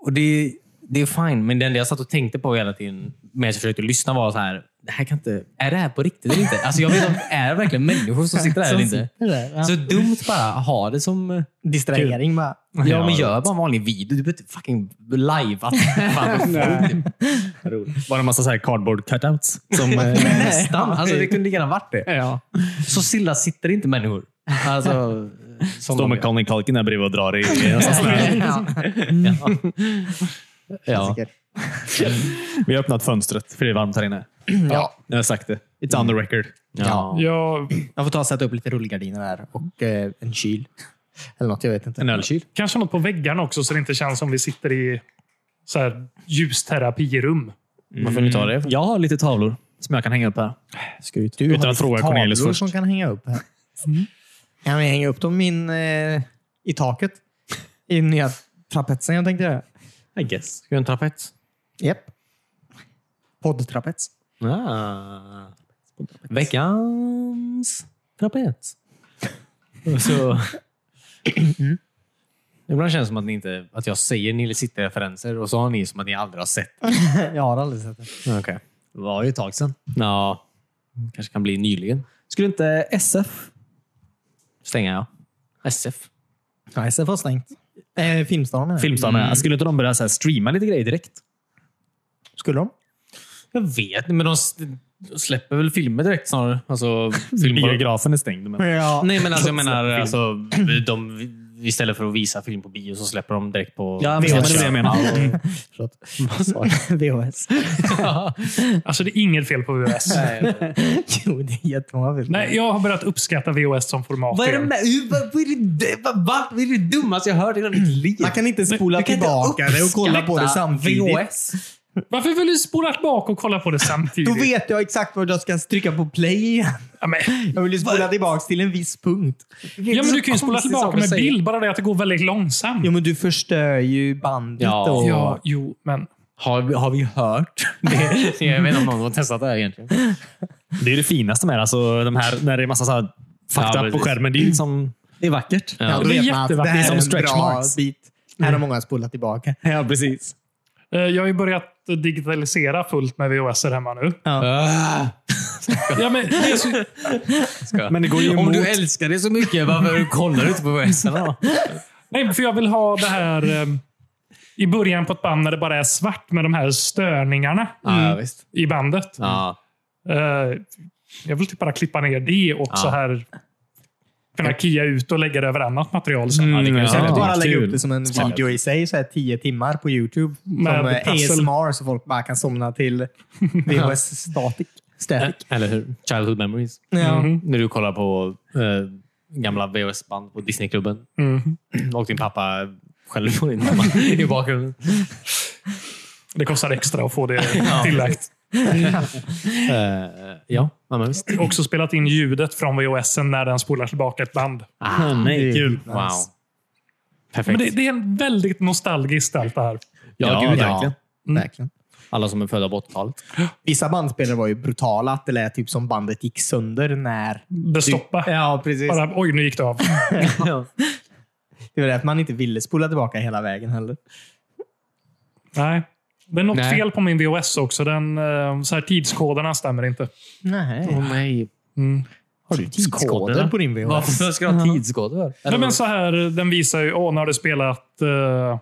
Speaker 1: och det, det är fine, men det enda jag satt och tänkte på hela tiden medan jag försökte lyssna var så här, det här kan inte, är det här på riktigt eller inte? Alltså, jag vet inte, är det verkligen människor som sitter där eller inte?
Speaker 2: Det där, ja.
Speaker 1: Så dumt bara, ha det som...
Speaker 2: Distrahering bara.
Speaker 1: Ja, men gör bara en vanlig video. Du behöver inte fucking live att
Speaker 4: Bara en massa så här cardboard cutouts. Som,
Speaker 1: Nästan. Alltså, det kunde lika gärna varit det.
Speaker 3: Ja.
Speaker 1: Så stilla sitter inte människor. Alltså, som
Speaker 4: står
Speaker 1: de
Speaker 4: med
Speaker 1: gör.
Speaker 4: Colin Culkin där bredvid och drar i i en sån snö.
Speaker 2: Ja.
Speaker 1: ja.
Speaker 2: Säkert.
Speaker 4: Vi har öppnat fönstret för det är varmt här
Speaker 1: (clears throat)
Speaker 4: inne.
Speaker 2: Ja.
Speaker 4: Jag har sagt det. It's on the record.
Speaker 1: Ja.
Speaker 3: Jag
Speaker 2: Jag får ta och sätta upp lite rullgardiner där och eh, en kyl. Eller något, jag vet inte.
Speaker 4: En ölkyl.
Speaker 3: Kanske något på väggarna också så det inte känns som vi sitter i så här, ljusterapirum.
Speaker 1: Varför ni tar det?
Speaker 4: Mm. Jag har lite tavlor som jag kan hänga upp här.
Speaker 2: Skryt. Du
Speaker 4: Utan
Speaker 2: har
Speaker 4: att fråga
Speaker 2: lite
Speaker 4: Cornelius
Speaker 2: tavlor
Speaker 4: först.
Speaker 2: som kan hänga upp här. Kan vi hänga upp dem min, eh, i taket? I den nya trapetsen jag tänkte göra.
Speaker 4: I guess.
Speaker 1: Ska du ha en trapets?
Speaker 2: Japp. Poddtrapets.
Speaker 1: Ah. Veckans
Speaker 4: (laughs)
Speaker 1: trapets. Så. Ibland känns det som att, ni inte, att jag säger ni sitter referenser och så har ni som att ni aldrig har sett.
Speaker 2: jag har aldrig sett det.
Speaker 1: Okay.
Speaker 4: Det var ju ett tag sedan.
Speaker 1: Ja, kanske kan bli nyligen.
Speaker 4: Skulle inte SF...
Speaker 1: Stänga ja. SF.
Speaker 2: Nej, sen får stängt. Eh, Filmstaden menar jag.
Speaker 4: Filmstaden, mm. skulle inte de börja så här streama lite grejer direkt?
Speaker 2: Skulle de?
Speaker 1: Jag vet inte, men de s- de släpper väl filmer direkt snarare? (laughs) Alltså, film på...
Speaker 4: Biografen är stängd. Men...
Speaker 2: Ja.
Speaker 1: Nej, men (laughs) alltså, jag menar alltså, de, istället för att visa film på bio så släpper de direkt på...
Speaker 4: Ja, men det är det jag menar.
Speaker 2: Förlåt. (laughs) VHS.
Speaker 3: Alltså det är inget fel på VHS.
Speaker 2: jo, det är jättemånga filmer.
Speaker 3: Nej, jag har börjat uppskatta VHS som format.
Speaker 1: Vad är det
Speaker 3: igen.
Speaker 1: med? hur- Vad vad är det, vad, vad, vad är det dummaste jag hört i hela mitt liv?
Speaker 2: Man kan inte spola
Speaker 1: Du kan inte
Speaker 2: tillbaka det och kolla på det
Speaker 1: uppskatta
Speaker 2: samtidigt.
Speaker 1: VHS.
Speaker 3: Varför vill du spola tillbaka och kolla på det
Speaker 2: Då
Speaker 3: samtidigt?
Speaker 2: vet jag exakt vad jag ska trycka på play igen.
Speaker 3: ja, men,
Speaker 2: Jag vill ju spola tillbaka till en viss punkt.
Speaker 3: ja, men du kan ju
Speaker 1: konstigt
Speaker 3: spola
Speaker 1: sak
Speaker 3: tillbaka
Speaker 1: att
Speaker 3: med
Speaker 1: säga.
Speaker 3: bild, bara det att det går väldigt långsamt.
Speaker 2: Jo, men du förstör ju bandet.
Speaker 1: Ja.
Speaker 2: och...
Speaker 3: Ja, jo, men...
Speaker 1: Har, vi- har vi hört? Det, (laughs) jag vet inte om någon har testat det här egentligen.
Speaker 4: Det är det finaste med det. Alltså, de här, när det är massa så här fakta
Speaker 1: Ja,
Speaker 4: på
Speaker 1: precis.
Speaker 4: skärmen. Det är, liksom, det är vackert.
Speaker 2: Ja, då
Speaker 3: det är
Speaker 2: vet man att det
Speaker 3: jättevackert.
Speaker 2: här är
Speaker 4: Som
Speaker 2: en
Speaker 4: stretch
Speaker 2: bra
Speaker 4: marks.
Speaker 2: bit. Här har många spolat tillbaka.
Speaker 4: Ja, precis.
Speaker 3: eh, Jag har ju börjat digitalisera fullt med VHS här hemma nu.
Speaker 1: Ah.
Speaker 3: (laughs) Ja, men, det är så,
Speaker 4: Men det går ju
Speaker 1: Om
Speaker 4: emot...
Speaker 1: du älskar det så mycket, varför kollar du inte på VHS då?
Speaker 3: nej, för jag vill ha det här eh, i början på ett band när det bara är svart med de här störningarna
Speaker 1: Ja, visst.
Speaker 3: i bandet.
Speaker 1: Ja.
Speaker 3: Eh, jag vill typ bara klippa ner det och
Speaker 1: Ja.
Speaker 3: så här kunna kia ut och lägga det över annat material sen.
Speaker 4: Mm,
Speaker 1: ju säga
Speaker 4: ja.
Speaker 2: Sen
Speaker 1: det är
Speaker 2: bara lägga
Speaker 4: kul.
Speaker 2: upp det som en video i sig, så här tio timmar på YouTube.
Speaker 3: Med
Speaker 2: som eh,
Speaker 3: puzzle.
Speaker 2: ASMR, så folk bara kan somna till VHS static. static.
Speaker 1: Eller hur? Childhood memories.
Speaker 2: Ja.
Speaker 1: När du kollar på eh, gamla VHS-band på Disneyklubben
Speaker 3: Mm.
Speaker 1: (clears throat) och din pappa skäller på din mamma (laughs) i bakgrunden.
Speaker 3: Det kostar extra
Speaker 1: (laughs)
Speaker 3: att få det tillagt.
Speaker 1: Eh, ja, ja, men visst.
Speaker 3: Också spelat in ljudet från VHSen när den spolar tillbaka ett band.
Speaker 1: Ah,
Speaker 2: Det är
Speaker 1: nej,
Speaker 2: nice.
Speaker 1: Wow.
Speaker 3: Men
Speaker 1: Perfekt.
Speaker 3: det, det är en väldigt nostalgiskt allt det här.
Speaker 1: ja,
Speaker 4: Ja,
Speaker 1: gud, ja.
Speaker 4: verkligen.
Speaker 2: Verkligen.
Speaker 1: Alla som är födda på 80-talet.
Speaker 2: Vissa bandspelare var ju brutala. Att det lät typ som bandet gick sönder när...
Speaker 3: Det stoppar.
Speaker 2: Ja, precis.
Speaker 3: Bara, oj, nu gick
Speaker 1: (laughs)
Speaker 3: det av.
Speaker 2: Det var det att man inte ville spola tillbaka hela vägen heller.
Speaker 3: Nej. Det är något
Speaker 1: Nej.
Speaker 3: fel på min VHS också. Den, eh, så här, tidskoderna stämmer inte.
Speaker 2: Nej.
Speaker 1: Åh nej.
Speaker 3: Mm.
Speaker 2: Har du tidskoder
Speaker 1: Tidskoderna?
Speaker 2: på din VHS?
Speaker 1: Varför ska du ha tidskoder?
Speaker 3: Nej, men så här, den visar ju, åh, när har du spelat eh,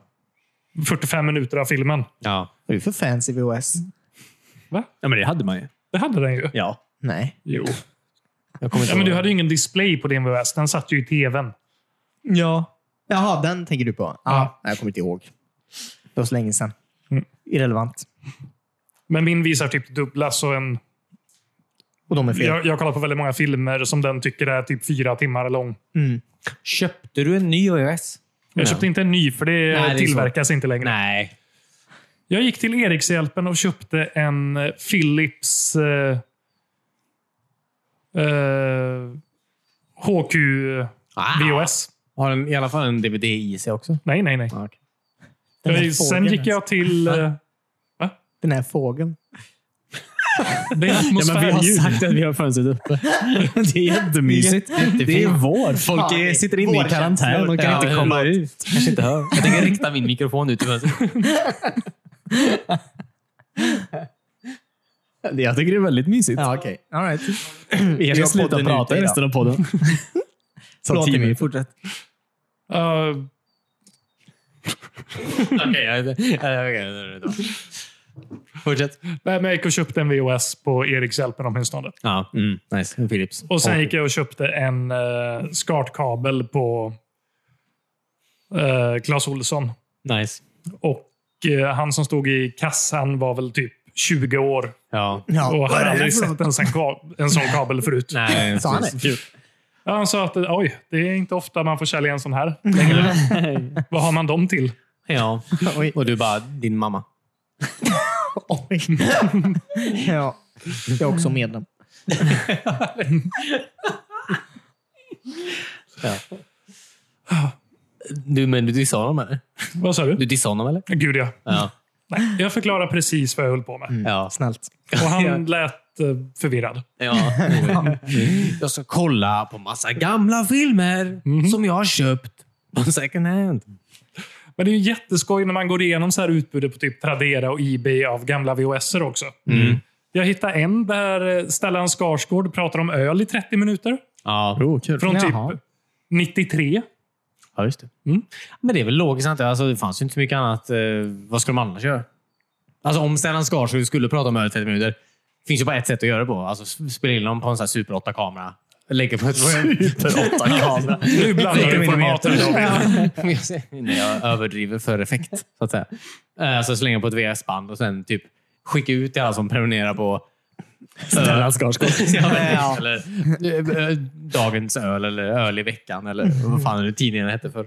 Speaker 3: 45 minuter av filmen.
Speaker 1: Ja.
Speaker 2: Vad är du för fancy VHS?
Speaker 4: Ja, men det hade man ju.
Speaker 3: Det hade den ju.
Speaker 4: Ja.
Speaker 2: Nej.
Speaker 3: Jo.
Speaker 1: Jag kommer
Speaker 3: Ja,
Speaker 1: inte
Speaker 3: men du
Speaker 1: ihåg.
Speaker 3: hade ju ingen display på din VHS. Den satt ju i tvn.
Speaker 2: Ja. Jaha, den tänker du på? Ja.
Speaker 3: Ja.
Speaker 2: Nej, Jag kommer inte ihåg. Det var så länge sedan.
Speaker 3: Mm.
Speaker 2: Irrelevant.
Speaker 3: Men min visar typ det dubbla. Så en,
Speaker 2: Och de är fel.
Speaker 3: jag, jag kollar på väldigt många filmer som den tycker är typ fyra timmar lång.
Speaker 2: Mm.
Speaker 1: Köpte du en ny VHS?
Speaker 3: Jag köpte inte en ny, för det,
Speaker 1: det är
Speaker 3: tillverkas inte längre.
Speaker 1: Nej.
Speaker 3: Jag gick till Erikshjälpen och köpte en eh, Philips eh, Eh, HQ
Speaker 1: Ah.
Speaker 3: VOS.
Speaker 1: Har den i alla fall en DVD i sig också?
Speaker 3: Nej, nej, nej.
Speaker 1: Ah, okej.
Speaker 2: Den här
Speaker 3: Eh, Sen
Speaker 2: fågeln,
Speaker 3: gick
Speaker 1: alltså.
Speaker 3: jag till...
Speaker 1: (laughs)
Speaker 3: eh,
Speaker 2: Den här fågeln.
Speaker 3: Det är (laughs) atmosfärljud.
Speaker 4: att vi har fönstret uppe. (laughs) Det är jättemysigt. Det är vår. Folk är, sitter inne i karantän och kan inte komma ut.
Speaker 1: Kanske inte hör. Jag tänker rikta min mikrofon ut i (laughs) fönstret.
Speaker 4: Jag tycker det är väldigt mysigt.
Speaker 2: Ja, okej. All right.
Speaker 1: Mm.
Speaker 4: Vi
Speaker 2: har
Speaker 4: ska sluta
Speaker 2: podden
Speaker 4: prata
Speaker 2: ute
Speaker 4: i
Speaker 2: idag.
Speaker 4: resten av (laughs) podden.
Speaker 2: Förlåt,
Speaker 4: Timmy.
Speaker 2: Timmy. Fortsätt.
Speaker 3: Eh,
Speaker 1: Okej, jag- eh, okej, då. Fortsätt.
Speaker 3: nej, men jag gick och köpte en VOS på Erikshjälpen åtminstone.
Speaker 1: Ja, mm, nice. Philips.
Speaker 3: Och sen gick jag och köpte en uh, skartkabel på uh, Clas Olsson.
Speaker 1: Nice.
Speaker 3: Och eh, han som stod i kassan var väl typ 20 år
Speaker 1: Ja.
Speaker 2: Ja,
Speaker 3: och
Speaker 2: vad är
Speaker 3: hade
Speaker 2: det här
Speaker 3: aldrig
Speaker 2: för
Speaker 3: sett en sån, ka- en sån kabel förut.
Speaker 1: Nej,
Speaker 2: Sa han
Speaker 1: precis.
Speaker 2: det?
Speaker 3: Ja, Han sa att oj, det är inte ofta man får sälja en sån här längre.
Speaker 2: (laughs)
Speaker 3: Vad har man dem till?
Speaker 1: Ja.
Speaker 2: Oj.
Speaker 1: Och du bara, din mamma.
Speaker 2: Oj. (laughs) ja. Jag är också medlem.
Speaker 1: Du, men du dissade honom eller?
Speaker 3: Vad sa du?
Speaker 1: Du dissade honom eller?
Speaker 3: Gud ja.
Speaker 1: Ja.
Speaker 3: Nej, jag förklarar precis vad jag höll på
Speaker 2: Mm.
Speaker 3: med.
Speaker 1: Ja.
Speaker 2: (laughs) Snällt.
Speaker 3: Och han lät eh, förvirrad.
Speaker 1: ja. Jag ska kolla på massa gamla filmer
Speaker 4: Mhm.
Speaker 1: som jag har köpt på second hand.
Speaker 3: Men det är ju jätteskoj när man går igenom så här utbudet på typ Tradera och Ebay av gamla VHSer också. Jag hittade en där eh, Stellan Skarsgård pratar om öl i 30 minuter.
Speaker 1: Ja.
Speaker 4: Oh, kul.
Speaker 3: Från
Speaker 2: Jaha.
Speaker 3: typ 93.
Speaker 1: Ja, just det.
Speaker 4: Mm.
Speaker 1: Men det är väl logiskt. Inte? Alltså, det fanns ju inte så mycket annat. Eh, vad skulle de annars göra? Alltså, om Stellan Skarsgård skulle prata om öl i 30 minuter, finns ju bara ett sätt att göra det på. Alltså, sp- spela in dem på en sån här Super 8-kamera. Lägga på ett... Super (laughs) 8-kamera?
Speaker 3: Nu blandar du formaten. David.
Speaker 1: Nej, jag överdriver för effekt, så att säga. Eh, Alltså, slänga på ett VHS-band och sen typ skicka ut till alla som prenumererar på
Speaker 4: Stellan Skarsgård.
Speaker 1: Ja, men- eller eh, eh, dagens öl eller öl i veckan eller vad fan är det tidningen hette för.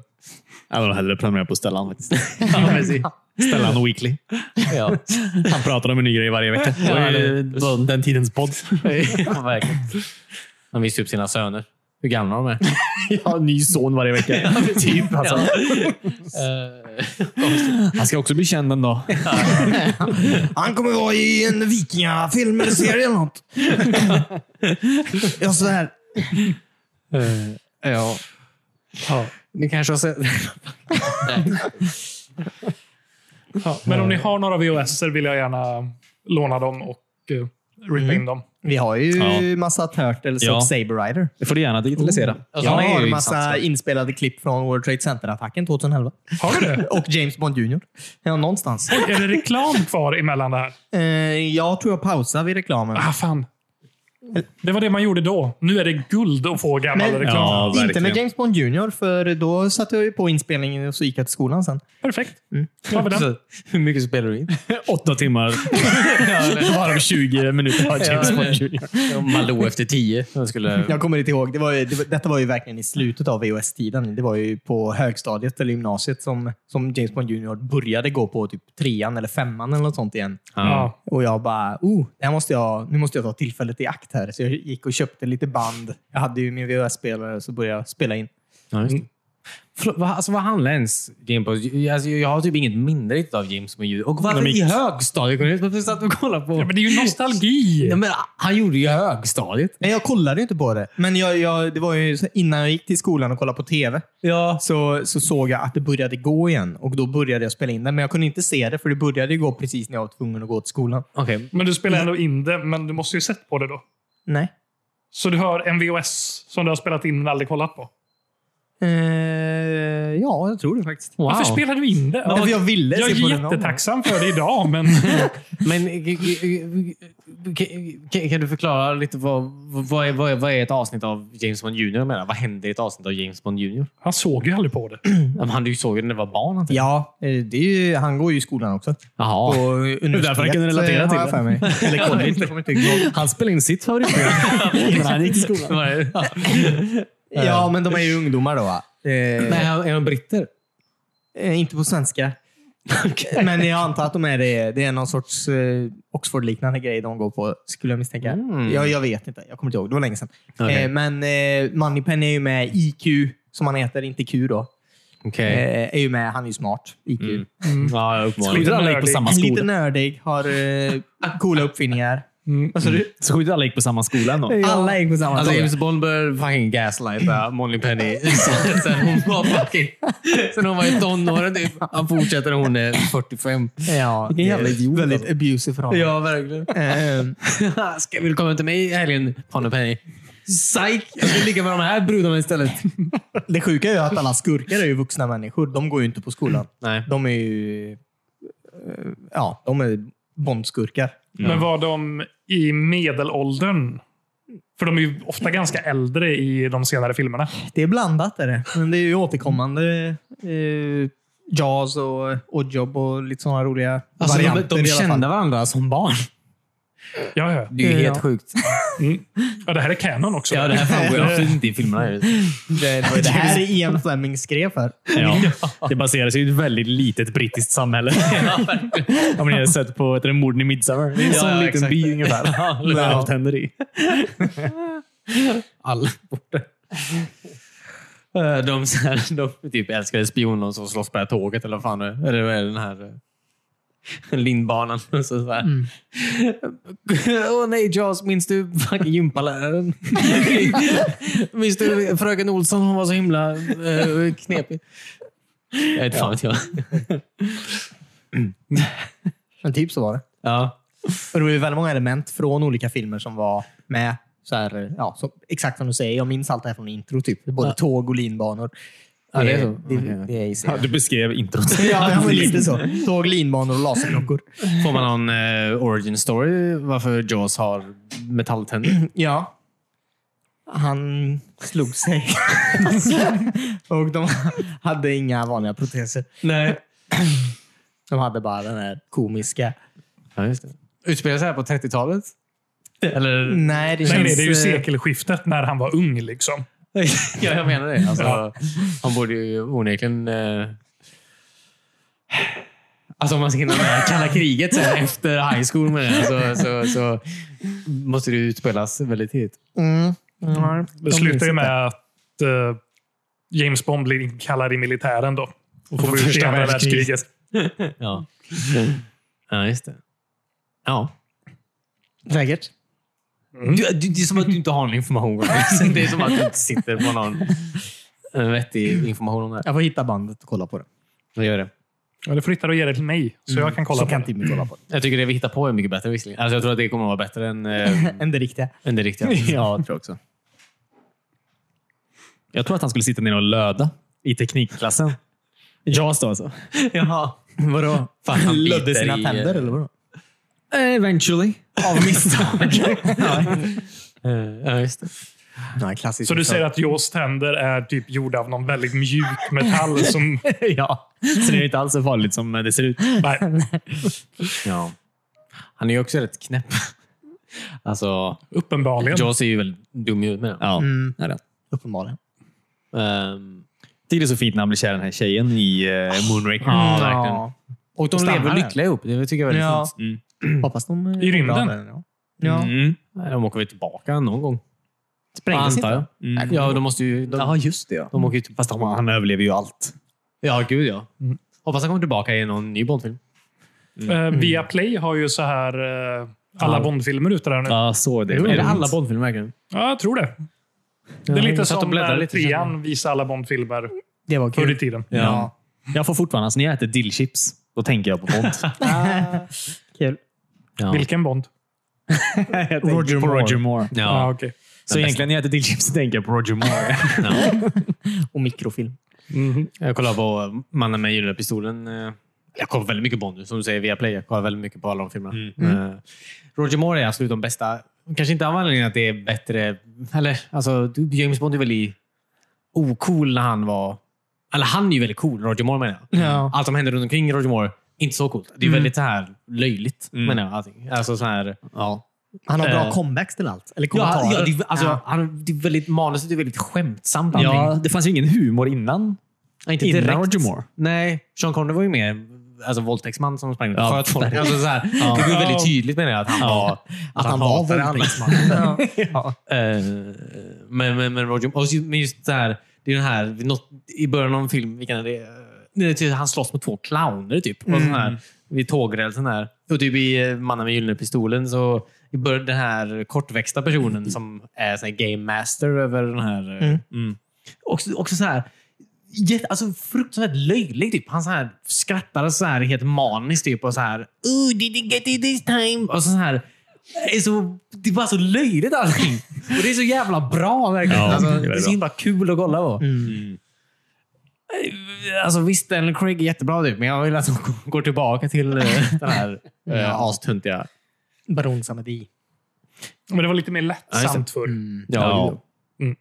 Speaker 4: Jag vill hellre prenumerera på Stellan faktiskt.
Speaker 1: Ja, precis.
Speaker 4: Stellan Weekly.
Speaker 1: Ja. (laughs)
Speaker 4: Han pratar om en ny grej varje vecka.
Speaker 1: Ja,
Speaker 4: Det är ju
Speaker 1: det-
Speaker 4: då- den tidens podd.
Speaker 1: ja, verkligen. Han visste upp sina söner. Hur gamla de är.
Speaker 4: Jag har en ny son varje vecka. typ, alltså. Eh, Han ska också bli känd en dag.
Speaker 2: Han kommer vara i en vikingafilm eller serie eller (laughs) något. ja, sådär.
Speaker 1: ja.
Speaker 3: Ja.
Speaker 1: Ni kanske har sett...
Speaker 3: Ja. Men om ni har några VHSer vill jag gärna låna dem och uh, rippa in dem.
Speaker 2: Vi har ju
Speaker 4: Ja.
Speaker 2: massa Turtles
Speaker 4: Ja.
Speaker 2: och Saber Rider.
Speaker 4: Det får du gärna digitalisera.
Speaker 2: Jag
Speaker 1: han är
Speaker 2: Alltså, har
Speaker 1: ju
Speaker 2: en massa
Speaker 1: intressant.
Speaker 2: inspelade klipp från World Trade Center-attacken 2011.
Speaker 3: Har du det?
Speaker 2: Och James Bond Jr. Ja, någonstans.
Speaker 3: Är det reklam kvar emellan det här?
Speaker 2: Eh, jag tror jag pausar vid reklamen.
Speaker 3: Ah, fan. Det var det man gjorde då. Nu är det guld att få gammal
Speaker 2: Men-
Speaker 3: reklam.
Speaker 4: Ja.
Speaker 2: Inte
Speaker 4: verkligen.
Speaker 2: med James Bond Jr, för då satte jag ju på inspelningen och så gick jag till skolan sen.
Speaker 3: Perfekt. Nu har vi den.
Speaker 1: Så, Hur mycket spelar du in?
Speaker 4: Oh. Åtta timmar. Varav 20 minuter av James Bond Jr.
Speaker 1: Malou efter tio. Jag skulle...
Speaker 2: Jag kommer inte ihåg. Det var ju, det, var- detta var ju verkligen i slutet av VHS-tiden. Det var ju på högstadiet eller gymnasiet som, som James Bond Jr började gå på typ trean eller femman eller något sånt igen.
Speaker 3: Ja.
Speaker 2: Och jag bara, oh, det här måste jag, nu måste jag ta tillfället i akt här. Så jag gick och köpte lite band. Jag hade ju min VHS-spelare och så började jag spela in.
Speaker 1: Ja, just det. Förlåt, vad, alltså, vad handlar ens James Bond? Alltså, jag har typ inget minne riktigt av James Bond Jr. Och varför
Speaker 4: De
Speaker 1: i
Speaker 4: gick-
Speaker 1: högstadiet? Kom ut? Varför satt du och kollade på...
Speaker 3: Ja, men det är ju nostalgi.
Speaker 1: Ja, men han gjorde ju högstadiet.
Speaker 2: Nej, jag kollade ju inte på det. Men jag, jag, det var ju så- innan jag gick till skolan och kollade på TV.
Speaker 1: Ja.
Speaker 2: så, så såg jag att det började gå igen och då började jag spela in den. Men jag kunde inte se det för det började ju gå precis när jag var tvungen att gå till skolan.
Speaker 1: Okej.
Speaker 3: Men du spelar ändå in det, men du måste ju sett på det då.
Speaker 2: Nej.
Speaker 3: Så du har en VOS som du har spelat in men aldrig kollat på.
Speaker 2: Eh, ja, jag tror det faktiskt.
Speaker 1: Wow.
Speaker 3: Varför spelade du in det?
Speaker 2: Ja, för jag ville
Speaker 3: jag är
Speaker 2: se på den.
Speaker 3: jättetacksam för det
Speaker 2: (laughs)
Speaker 3: idag, men
Speaker 1: Men eh, kan- kan, kan du förklara lite vad, vad, är, vad, är, vad är ett avsnitt av James Bond Jr? Jag menar, vad händer i ett avsnitt av James Bond Jr?
Speaker 3: han såg ju aldrig på det.
Speaker 1: Ja, men Han du såg ju när det var barn. antar jag.
Speaker 2: Ja, eh, det är ju, han går ju i skolan också. På
Speaker 1: (laughs) Jaha.
Speaker 2: universitet
Speaker 4: därför han kan relatera
Speaker 2: eh, har
Speaker 4: till
Speaker 2: jag
Speaker 4: det.
Speaker 2: för
Speaker 4: (laughs)
Speaker 2: mig. Eller college. jag kommer inte ihåg. (laughs)
Speaker 4: Han spelade in sitt favoritprogram när han gick i skolan.
Speaker 1: Vad är det?
Speaker 2: Ja, men de är ju ungdomar då. Va? Eh,
Speaker 1: Nej, är de britter?
Speaker 2: (laughs) eh, inte på svenska. Men jag antar att de är det. Det är någon sorts eh, Oxford-liknande grej de går på, skulle jag misstänka.
Speaker 4: Mm.
Speaker 2: Jag, jag vet inte. Jag kommer inte ihåg. Det var länge sedan.
Speaker 4: Okej.
Speaker 2: Eh, men eh, Moneypenny är ju med. IQ, som han heter, inte Q då,
Speaker 4: Okej.
Speaker 2: eh, är ju med. Han är ju smart. IQ.
Speaker 4: Mm.
Speaker 3: Mm.
Speaker 4: Ja, uppenbarligen.
Speaker 3: Lite
Speaker 4: Trodde alla gick på
Speaker 3: nördig.
Speaker 4: samma
Speaker 2: Lite
Speaker 4: skola.
Speaker 2: nördig, har eh, coola uppfinningar.
Speaker 3: Mm.
Speaker 2: Vad sa du?
Speaker 4: Så skjuter alla gick på samma skola ändå.
Speaker 2: Alla är på samma
Speaker 1: Alltså
Speaker 2: skola.
Speaker 1: James Bond började fucking gaslighta Molly (laughs) Penny. sen, sen hon var fucking... Sen hon var i tonåren typ. Han fortsätter när hon är 45. (laughs)
Speaker 2: Ja,
Speaker 1: Vilken jävla
Speaker 2: det är
Speaker 1: idiot,
Speaker 2: Väldigt
Speaker 1: alltså.
Speaker 2: abusive från honom.
Speaker 1: Ja, verkligen.
Speaker 2: Ehm,
Speaker 1: (laughs) Ska, vill du komma till mig i helgen, Molly Penny? Psyk! Jag vill ligga med de här brudarna istället.
Speaker 2: det sjuka är ju att alla skurkar är ju vuxna människor. De går ju inte på skolan.
Speaker 1: Nej.
Speaker 2: De är ju... eh, Ja, de är bondskurkar.
Speaker 3: Men var de i medelåldern? För de är ju ofta ganska äldre i de senare filmerna.
Speaker 2: Det är blandat är det. Men det är ju återkommande eh, Jaws och Oddjob och lite sådana roliga
Speaker 1: Alltså, de, de
Speaker 2: varianter i alla fall.
Speaker 1: kände varandra som barn.
Speaker 3: Ja, ja.
Speaker 1: Det är ju
Speaker 2: Ja.
Speaker 1: helt sjukt.
Speaker 3: Mm. ja det här är canon också.
Speaker 1: Ja, det här framgår ju absolut inte i filmerna. ju.
Speaker 2: Det, det, var ju det här är Ian Fleming skrev för.
Speaker 4: Ja.
Speaker 1: (laughs)
Speaker 4: Det baseras ju i ett väldigt litet brittiskt samhälle. Om ni har sett på heter det, morden i Midsommar. Det är en
Speaker 1: Ja, (laughs)
Speaker 4: sån
Speaker 1: ja,
Speaker 4: liten
Speaker 1: exakt.
Speaker 4: by ungefär. Där allt händer i.
Speaker 1: Alla borta. Eh, De, så här, de typ älskade spioner som slåss på det här tåget, eller vad fan det är. Eller vad är det, den här eh, linbanan? Och (laughs) Så så här. Åh nej, Jaws, minns du fucking gympaläraren? (laughs) minns du fröken Olsson? Hon var så himla eh, knepig. Jag vet fan vet jag.
Speaker 2: Men typ så var det.
Speaker 1: Ja.
Speaker 2: Och det var ju väldigt många element från olika filmer som var med. Så här, ja, så, exakt som du säger. Jag minns allt det här från intro. Typ. Både tåg och linbanor.
Speaker 1: Ja, det är så.
Speaker 2: Det, det, det är i serien.
Speaker 4: Ja, du beskrev introt.
Speaker 2: Ja, ja, men lite så. Tåg, linbanor och laserklockor.
Speaker 1: Får man någon eh, origin story varför Jaws har metalltänder?
Speaker 2: Ja. Han slog sig. och de hade inga vanliga proteser.
Speaker 1: (laughs) Nej.
Speaker 2: De hade bara den här komiska.
Speaker 1: Ja, just det. Utspelar sig här på 30-talet? Eller?
Speaker 2: Nej, det
Speaker 3: Nej,
Speaker 2: känns...
Speaker 3: nej, det är ju
Speaker 2: eh,
Speaker 3: sekelskiftet när han var ung. Liksom.
Speaker 1: (laughs) ja, jag menar det. Alltså, Han borde ju onekligen... Eh... Alltså om man ska hinna med kalla kriget sen efter high school med det, så, så, så måste det ju utspelas väldigt tidigt.
Speaker 2: Mm. Ja,
Speaker 3: Det
Speaker 2: de
Speaker 3: slutar
Speaker 2: minns
Speaker 3: ju
Speaker 2: inte.
Speaker 3: med att eh, James Bond blir inkallad i militären då. Och får ut i
Speaker 1: första
Speaker 3: andra
Speaker 1: världskriget.
Speaker 3: världskriget.
Speaker 1: Ja, ja just det. Ja.
Speaker 2: Säkert.
Speaker 1: Du, du, det är som att du inte har någon (laughs) information. Det är som att du inte sitter på någon eh, vettig information om det här.
Speaker 2: Jag får hitta bandet och kolla på det.
Speaker 1: Jag gör det.
Speaker 3: Ja, du får hitta det och ge det till mig, Mm. så jag kan kolla
Speaker 2: Så
Speaker 3: på
Speaker 2: kan
Speaker 3: det.
Speaker 2: Timmy kolla på det.
Speaker 1: Jag tycker det vi hittar på är mycket bättre visserligen. Alltså, jag tror att det kommer att vara bättre än, eh,
Speaker 2: (laughs) Än det riktiga.
Speaker 1: än det (laughs) riktiga.
Speaker 4: Ja, jag tror också. Jag tror att han skulle sitta ner och löda i teknikklassen. Jaws då alltså.
Speaker 2: Jaha.
Speaker 1: (laughs)
Speaker 2: Vadå?
Speaker 1: Fan, han
Speaker 2: Lödde
Speaker 1: biter
Speaker 2: sina
Speaker 1: i, eh,
Speaker 2: tänder eller vadå?
Speaker 4: Eventually.
Speaker 1: (laughs)
Speaker 2: Av misstag.
Speaker 1: Eh, Ja, just det.
Speaker 2: Nej, klassiskt.
Speaker 3: Så du säger att Jaws tänder är typ gjorda av någon väldigt mjuk (laughs) metall som...
Speaker 1: (laughs)
Speaker 4: ja. Så det är inte alls så farligt som det ser ut.
Speaker 3: Nej.
Speaker 1: Ja. Han är ju också rätt knäpp. Alltså,
Speaker 3: Uppenbarligen.
Speaker 1: Jaws är ju väldigt dum ut med det.
Speaker 4: Ja,
Speaker 2: Mm.
Speaker 4: det är det.
Speaker 2: Uppenbarligen.
Speaker 1: Ehm,
Speaker 4: Jag tycker det är så fint när han blir kär i den här tjejen i eh, Moonraker.
Speaker 1: Ja, verkligen. och de
Speaker 2: Stannar
Speaker 1: lever
Speaker 2: där.
Speaker 1: lyckliga ihop. Det tycker jag är väldigt
Speaker 2: Ja.
Speaker 1: fint.
Speaker 4: Mm.
Speaker 2: Hoppas de... eh,
Speaker 3: I rymden?
Speaker 2: är bra där, Ja. ja.
Speaker 4: Mm.
Speaker 1: Nej, De åker väl tillbaka någon gång.
Speaker 2: Sprängdes
Speaker 1: Antar
Speaker 2: inte?
Speaker 1: jag. Mm. Ja, de måste ju... De,
Speaker 4: just det. Ja.
Speaker 1: de åker ju tillbaka.
Speaker 4: Fast han, han överlever ju allt.
Speaker 1: Ja, gud ja.
Speaker 3: Mm.
Speaker 1: Hoppas han kommer tillbaka i någon ny Bondfilm.
Speaker 3: Eh, Viaplay har ju så här eh, alla
Speaker 1: Mm. Ja.
Speaker 3: Bondfilmer ute där nu. Ja,
Speaker 4: Ja, så det.
Speaker 1: Är det alla Bondfilmer verkligen?
Speaker 3: jag tror det. Det är
Speaker 1: Ja,
Speaker 3: lite
Speaker 1: jag satt och
Speaker 3: som
Speaker 1: bläddrade
Speaker 3: när
Speaker 1: lite,
Speaker 3: trean visar alla Bondfilmer
Speaker 2: Det var
Speaker 3: förr i
Speaker 2: kul.
Speaker 3: tiden.
Speaker 4: Ja. Jag får fortfarande, alltså, när jag äter dillchips, då tänker jag på Bond.
Speaker 2: Kul.
Speaker 1: Ja.
Speaker 3: Vilken Bond?
Speaker 4: Jag tänker
Speaker 2: Roger
Speaker 4: på
Speaker 2: Moore.
Speaker 4: Roger Moore.
Speaker 3: Ja,
Speaker 1: Ja.
Speaker 3: okej.
Speaker 4: Så egentligen när jag äter dillchips så tänker jag på Roger (laughs) Moore.
Speaker 2: Och mikrofilm. Mm-hmm.
Speaker 3: Mhm.
Speaker 1: Jag kollar på Mannen med gyllene pistolen. eh, Jag kollar väldigt mycket på nu, som du säger, via Play. Jag kollar väldigt mycket på alla de filmerna.
Speaker 2: Mm.
Speaker 1: Eh, Roger Moore är absolut de bästa. Kanske inte av anledningen att det är bättre... Eller, alltså, du- James Bond är väl i ocool när han var... Eller han är ju väldigt cool, Roger Moore menar jag.
Speaker 2: Ja. Mm.
Speaker 1: Allt som händer runt omkring Roger Moore, inte så coolt. Det är väldigt så här löjligt, menar jag. Allting. Alltså, så här,
Speaker 4: ja.
Speaker 2: Han har bra
Speaker 1: Eh.
Speaker 2: comebacks till allt. Eller
Speaker 1: ja,
Speaker 2: kommentarer.
Speaker 1: ja, det, är- alltså,
Speaker 2: Ja.
Speaker 1: Han, det är väldigt, manuset är väldigt skämtsamt. allting.
Speaker 4: ja, det fanns ju ingen humor innan.
Speaker 1: Nej, inte
Speaker 4: Innan
Speaker 1: direkt.
Speaker 4: Roger Moore.
Speaker 1: Nej, Sean Connery var ju mer alltså, våldtäktsman som sprang ut och
Speaker 4: Ja,
Speaker 1: sköt
Speaker 4: (laughs)
Speaker 1: folk. Alltså, så här,
Speaker 4: Ja.
Speaker 1: Det blev väldigt tydligt med det att han var, att
Speaker 2: Att han var
Speaker 1: hatade han.
Speaker 2: våldtäktsman.
Speaker 1: (laughs)
Speaker 2: (laughs) ja.
Speaker 1: Eh, men, men, men Roger... Och just, men just det här, det är den här vid något, i början av en film, vilken är det? Eh, det är typ, han slåss mot två clowner typ. Och sån
Speaker 4: Mm.
Speaker 1: här, vid tågrälsen där. Och typ i eh, Mannen med gyllene pistolen så i början, den här kortväxta personen som är sån här game master över den här... eh,
Speaker 2: Mm.
Speaker 1: Mm. Också, också så här... jätte- Alltså fruktansvärt löjlig. Typ. Han så här skrattar så här helt maniskt typ, och så här... Oh, did you get it this time? Och så här... Det är, så, det är bara så löjligt allting. Och det är så jävla bra verkligen.
Speaker 4: Ja,
Speaker 1: alltså,
Speaker 4: det är
Speaker 1: det är så
Speaker 4: bra. Mm.
Speaker 1: himla kul att kolla på. Alltså, visst, Daniel Craig är jättebra typ, men jag vill att de (laughs) går tillbaka till eh, den
Speaker 4: (laughs)
Speaker 1: här eh, astöntiga...
Speaker 2: Baron Samedi.
Speaker 3: Men det var lite mer
Speaker 1: Ja, just
Speaker 3: lättsamt förr.
Speaker 1: Ja.
Speaker 4: Ja.
Speaker 3: Mm.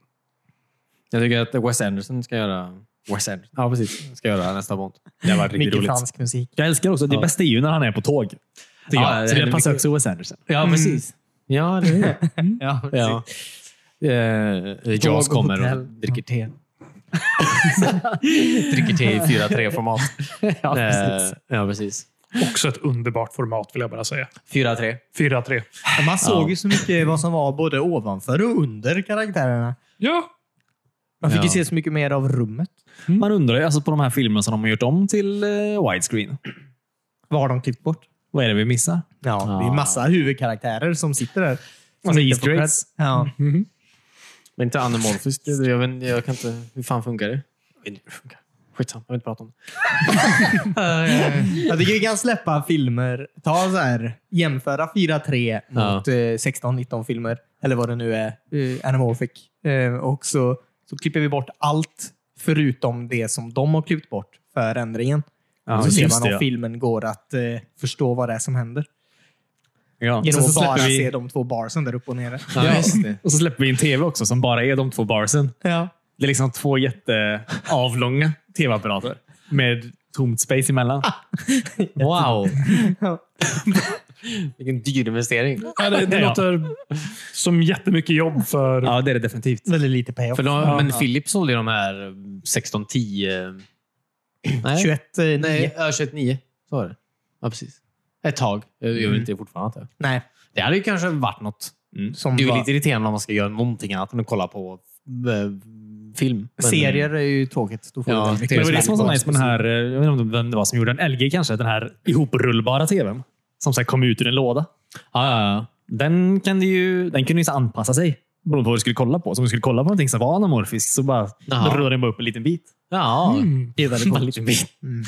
Speaker 1: Jag tycker att Wes Anderson ska göra... Wes Anderson. Ja, precis. Ska göra nästa Bond.
Speaker 4: Det har varit riktigt
Speaker 2: Mycket
Speaker 4: roligt.
Speaker 2: fransk musik.
Speaker 4: Jag älskar också, det
Speaker 1: Ja.
Speaker 4: bästa är ju när han är på tåg. tycker
Speaker 1: Ja,
Speaker 4: jag.
Speaker 1: det
Speaker 4: Så
Speaker 1: händer
Speaker 4: det passar
Speaker 1: mycket.
Speaker 4: också Wes Anderson.
Speaker 1: Ja, precis. Ja, det är det. Mm. Ja, ja. Eh, Jaws
Speaker 2: Tåg och
Speaker 1: kommer och
Speaker 2: hotell.
Speaker 1: dricker te. (laughs) dricker te i (laughs) 4-3-format.
Speaker 2: Ja, precis.
Speaker 1: Eh, ja, precis.
Speaker 3: Också ett underbart format vill jag bara säga.
Speaker 1: 4-3.
Speaker 3: 4-3.
Speaker 2: Man såg
Speaker 1: Ja.
Speaker 2: ju så mycket vad som var både ovanför och under karaktärerna.
Speaker 3: Ja,
Speaker 2: Man fick
Speaker 1: Ja.
Speaker 2: ju se så mycket mer av rummet.
Speaker 4: Man undrar ju alltså på de här filmerna som de har gjort om till eh, widescreen.
Speaker 2: Vad har de klippt bort?
Speaker 4: Vad är det vi missar?
Speaker 2: Ja, Det är massa huvudkaraktärer som sitter där.
Speaker 4: Alltså
Speaker 2: Som inte
Speaker 4: Easter
Speaker 2: får
Speaker 4: eggs. Mm.
Speaker 2: cred. Ja.
Speaker 1: Men inte anamorfiskt. Jag, vet- jag kan inte... Hur fan funkar det? Jag vet inte hur det funkar. Skitsamma, jag vill inte prata om det.
Speaker 2: Jag tycker vi kan släppa filmer. Ta så här, jämföra 4-3 mot eh, 16-19 filmer, eller vad det nu är, eh, Anamorphic. Eh, och så, så klipper vi bort allt förutom det som de har klippt bort för ändringen.
Speaker 4: Ja,
Speaker 2: och så ser
Speaker 4: just
Speaker 2: man
Speaker 4: det,
Speaker 2: om
Speaker 4: ja.
Speaker 2: filmen går att eh, förstå vad det är som händer.
Speaker 4: Ja.
Speaker 2: Genom
Speaker 4: Sen
Speaker 2: att
Speaker 4: så
Speaker 2: bara
Speaker 4: släpper
Speaker 2: se
Speaker 4: vi,
Speaker 2: de två barsen där uppe och nere.
Speaker 1: Ja, just det.
Speaker 4: och så släpper vi en tv också som bara är de två barsen.
Speaker 2: Ja. (laughs)
Speaker 4: Det är liksom två jätteavlånga tv-apparater med tomt space emellan.
Speaker 1: (laughs) Wow!
Speaker 2: Ja.
Speaker 1: (laughs) Vilken dyr investering.
Speaker 3: ja, det, det
Speaker 4: Ja.
Speaker 3: låter som jättemycket jobb för...
Speaker 4: Ja, det är det definitivt.
Speaker 2: Väldigt lite payoff.
Speaker 1: För de,
Speaker 3: Ja.
Speaker 1: men Philips sålde ju de här 16-10... Nej.
Speaker 2: 21, eh,
Speaker 1: Nej,
Speaker 2: nej.
Speaker 1: ja, 21-9. Så var det. Ja, precis. Ett tag. Jag jag vet inte det fortfarande. antar jag.
Speaker 2: nej.
Speaker 1: Det hade ju kanske varit något.
Speaker 4: Mm.
Speaker 2: Som
Speaker 1: Det är ju
Speaker 2: bara-
Speaker 1: lite irriterande om man ska göra någonting annat än att kolla på eh, film. Men-
Speaker 2: Serier är ju tråkigt. Då får
Speaker 1: Ja,
Speaker 2: du väldigt mycket
Speaker 4: Men det var det som var så
Speaker 2: spel.
Speaker 4: nice med den här, eh, jag vet inte vem det var som gjorde den, LG kanske, den här ihoprullbara tvn. Som så här kom ut ur en låda.
Speaker 1: Ja, ja, ja.
Speaker 4: Den kunde ju, den kunde ju så anpassa sig beroende på vad du skulle kolla på. Så om du skulle kolla på någonting som var anamorfiskt så bara
Speaker 1: Jaha.
Speaker 4: rullade den bara upp en liten bit.
Speaker 1: Ja.
Speaker 2: Det är väldigt
Speaker 4: Bara en
Speaker 2: coolt.
Speaker 4: liten bit.
Speaker 2: Mm.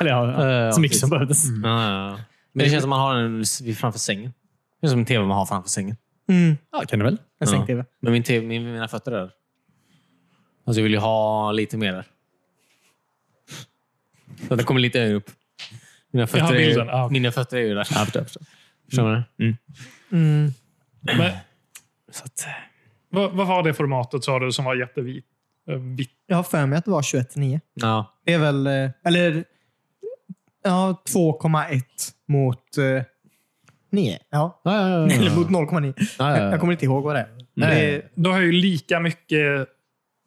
Speaker 4: Eller ja,
Speaker 1: Eh, ja,
Speaker 4: så
Speaker 1: precis.
Speaker 4: mycket som liksom behövdes.
Speaker 1: Ja, ja, ja. Men det känns som man har den vid- framför sängen. Det är som en tv man har framför sängen.
Speaker 2: Mm.
Speaker 4: Ja, kan du väl?
Speaker 2: En
Speaker 1: Ja.
Speaker 2: säng-tv.
Speaker 1: Men min TV, min, mina fötter där. Alltså jag vill ju ha lite mer där. Så att det kommer lite upp. Mina fötter, är, ju-
Speaker 3: bilden. Ah, okej.
Speaker 1: mina fötter är ju där. Ja, förstår, förstår. Förstår du?
Speaker 2: Mm.
Speaker 3: Men,
Speaker 1: Så att,
Speaker 3: vad, vad var det formatet sa du som var jättevitt? Eh, vitt?
Speaker 2: Jag har för mig att det var 21-9.
Speaker 1: ja.
Speaker 2: Det är väl... eh, Eller... Ja, 2,1 mot eh, 9. Ja.
Speaker 1: Ja, ja, ja, ja.
Speaker 2: Eller mot 0,9.
Speaker 1: Ja, ja, ja.
Speaker 2: Jag kommer inte ihåg vad det är.
Speaker 1: Nej.
Speaker 3: Då har jag ju lika mycket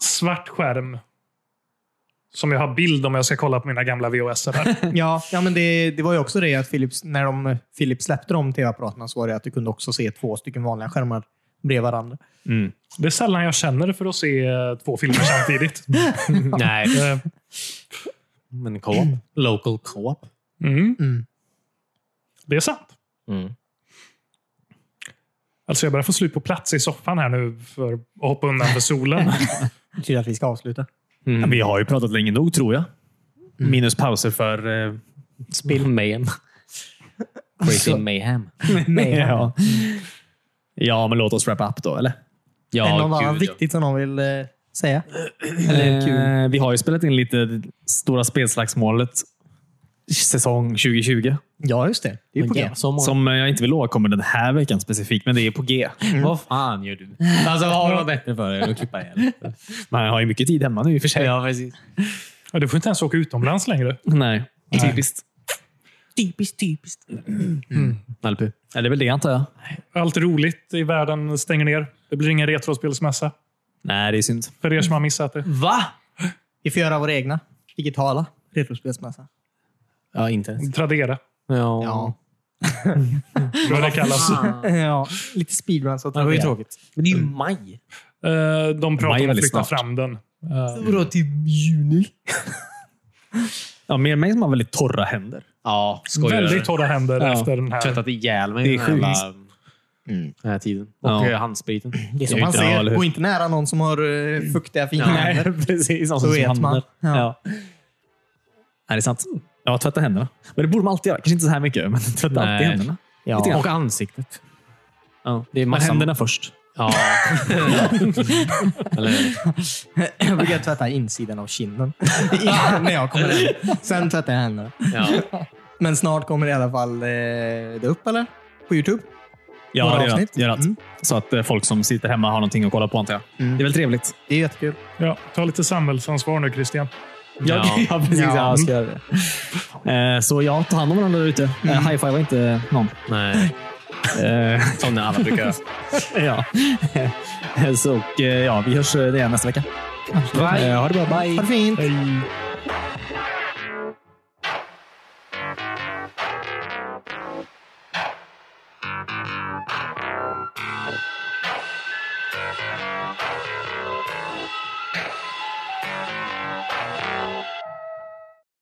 Speaker 3: svart skärm som jag har bild om jag ska kolla på mina gamla VHS.
Speaker 2: (laughs) Det, ja, ja, men det, det var ju också det att Philips, när de, Philips släppte de tv-apparaterna så var det att du kunde också se två stycken vanliga skärmar bredvid varandra.
Speaker 3: Det är sällan jag känner för att se eh, två filmer samtidigt.
Speaker 1: (laughs) Nej.
Speaker 3: Eh,
Speaker 1: Men co-op. Local co-op.
Speaker 3: Mm,
Speaker 2: Mm.
Speaker 3: det är sant.
Speaker 1: Mm.
Speaker 3: Alltså jag börjar få slut på plats i soffan här nu för att hoppa undan för solen.
Speaker 2: Det betyder att vi ska avsluta. (laughs)
Speaker 4: Ja, Vi har ju pratat länge nog tror jag. Minus pauser för... Eh,
Speaker 1: Spill mayhem. Crazy mayhem.
Speaker 2: Nej,
Speaker 4: ja. ja, men låt oss wrap up då, eller?
Speaker 1: Ja,
Speaker 2: är det något
Speaker 1: gud,
Speaker 2: annat
Speaker 1: ja.
Speaker 2: viktigt som någon vill eh, säga? Eller kul?
Speaker 4: Eh, vi har ju spelat in lite Stora spelslagsmålet säsong 2020.
Speaker 2: Ja, just det. Det är
Speaker 1: Men
Speaker 2: på G.
Speaker 1: jävla sommar.
Speaker 4: Som eh, jag inte vill lova kommer den här veckan specifikt, men det är på G.
Speaker 1: Vad fan gör du? Alltså, vad har du något bättre för dig än att klippa ihjäl?
Speaker 4: Man har ju mycket tid hemma nu i och för
Speaker 1: (laughs)
Speaker 4: sig.
Speaker 1: Ja, precis.
Speaker 3: Ja, Du får inte ens åka utomlands längre.
Speaker 4: Nej, typiskt.
Speaker 1: Typiskt, typiskt. Nalle
Speaker 4: Ja, det är väl det antar jag.
Speaker 3: Allt roligt i världen stänger ner. Det blir ingen retrospelsmässa.
Speaker 4: Nej, det är synd.
Speaker 3: För er som har missat det.
Speaker 1: Va?
Speaker 2: Vi får göra våra egna digitala retrospelsmässa.
Speaker 1: Ja, inte ens.
Speaker 3: Tradera.
Speaker 4: Ja.
Speaker 2: Ja.
Speaker 3: Vad det kallas.
Speaker 2: ja, lite speedruns åt
Speaker 1: Det var ju
Speaker 2: det.
Speaker 1: tråkigt. Men det är ju maj.
Speaker 3: Eh, De
Speaker 4: Maj
Speaker 3: pratar
Speaker 4: är
Speaker 3: om att
Speaker 4: väldigt
Speaker 3: flytta
Speaker 4: snart.
Speaker 3: fram den. Eh,
Speaker 1: Vadå till juni?
Speaker 4: ja, mer mig som har väldigt torra händer.
Speaker 1: Ja, skojar.
Speaker 3: Väldigt torra händer
Speaker 4: Ja.
Speaker 3: efter den här.
Speaker 1: Tvättat ihjäl mig
Speaker 4: Det är
Speaker 1: den här jävla-
Speaker 2: Mm.
Speaker 1: den här tiden. Och
Speaker 4: Ja.
Speaker 1: eh, handspriten.
Speaker 2: Det är som
Speaker 4: Det är
Speaker 2: man
Speaker 4: inte- ja, eller
Speaker 2: ser.
Speaker 4: hur?
Speaker 2: Gå inte nära någon som har eh, fuktiga fina
Speaker 1: Nej,
Speaker 2: händer.
Speaker 4: (laughs) precis.
Speaker 2: Så vet man.
Speaker 4: Ja.
Speaker 2: Ja.
Speaker 4: Nej, det är sant. Ja, tvätta händerna. Men det borde man alltid göra. Kanske inte så här mycket, men (laughs) tvätta
Speaker 1: Nej.
Speaker 4: alltid händerna.
Speaker 2: Ja. (laughs)
Speaker 1: Och ansiktet.
Speaker 4: Ja.
Speaker 1: Det är
Speaker 4: Men
Speaker 1: massa-
Speaker 4: händerna först.
Speaker 1: (laughs) Ja. Eller
Speaker 2: Jag brukar tvätta insidan av kinden (laughs) innan när jag kommer hem. Sen tvättar jag händerna.
Speaker 1: ja.
Speaker 2: Men snart kommer det i alla fall eh, det upp, eller? På Youtube?
Speaker 4: Ja,
Speaker 2: Några
Speaker 4: det gör
Speaker 2: avsnitt.
Speaker 4: att, gör att.
Speaker 2: Mm.
Speaker 4: Så att eh, folk som sitter hemma har någonting att kolla på, antar jag.
Speaker 2: Mm.
Speaker 4: Det är väl trevligt?
Speaker 2: Det är jättekul.
Speaker 3: Ja, ta lite samhällsansvar nu, Christian.
Speaker 4: (laughs)
Speaker 1: Ja.
Speaker 4: precis.
Speaker 2: Ja.
Speaker 4: jag ska göra det. Eh, Så ja, ta hand om varandra där ute.
Speaker 2: Mm.
Speaker 4: Eh, High-fiva inte någon.
Speaker 1: Nej.
Speaker 4: Eh, (laughs)
Speaker 1: Som när alla brukar göra.
Speaker 4: ja. Så, och, eh, ja, vi hörs eh, igen nästa vecka.
Speaker 2: Bye.
Speaker 4: Eh, Ha det bra. Bye.
Speaker 2: Ha det fint!
Speaker 3: Hej.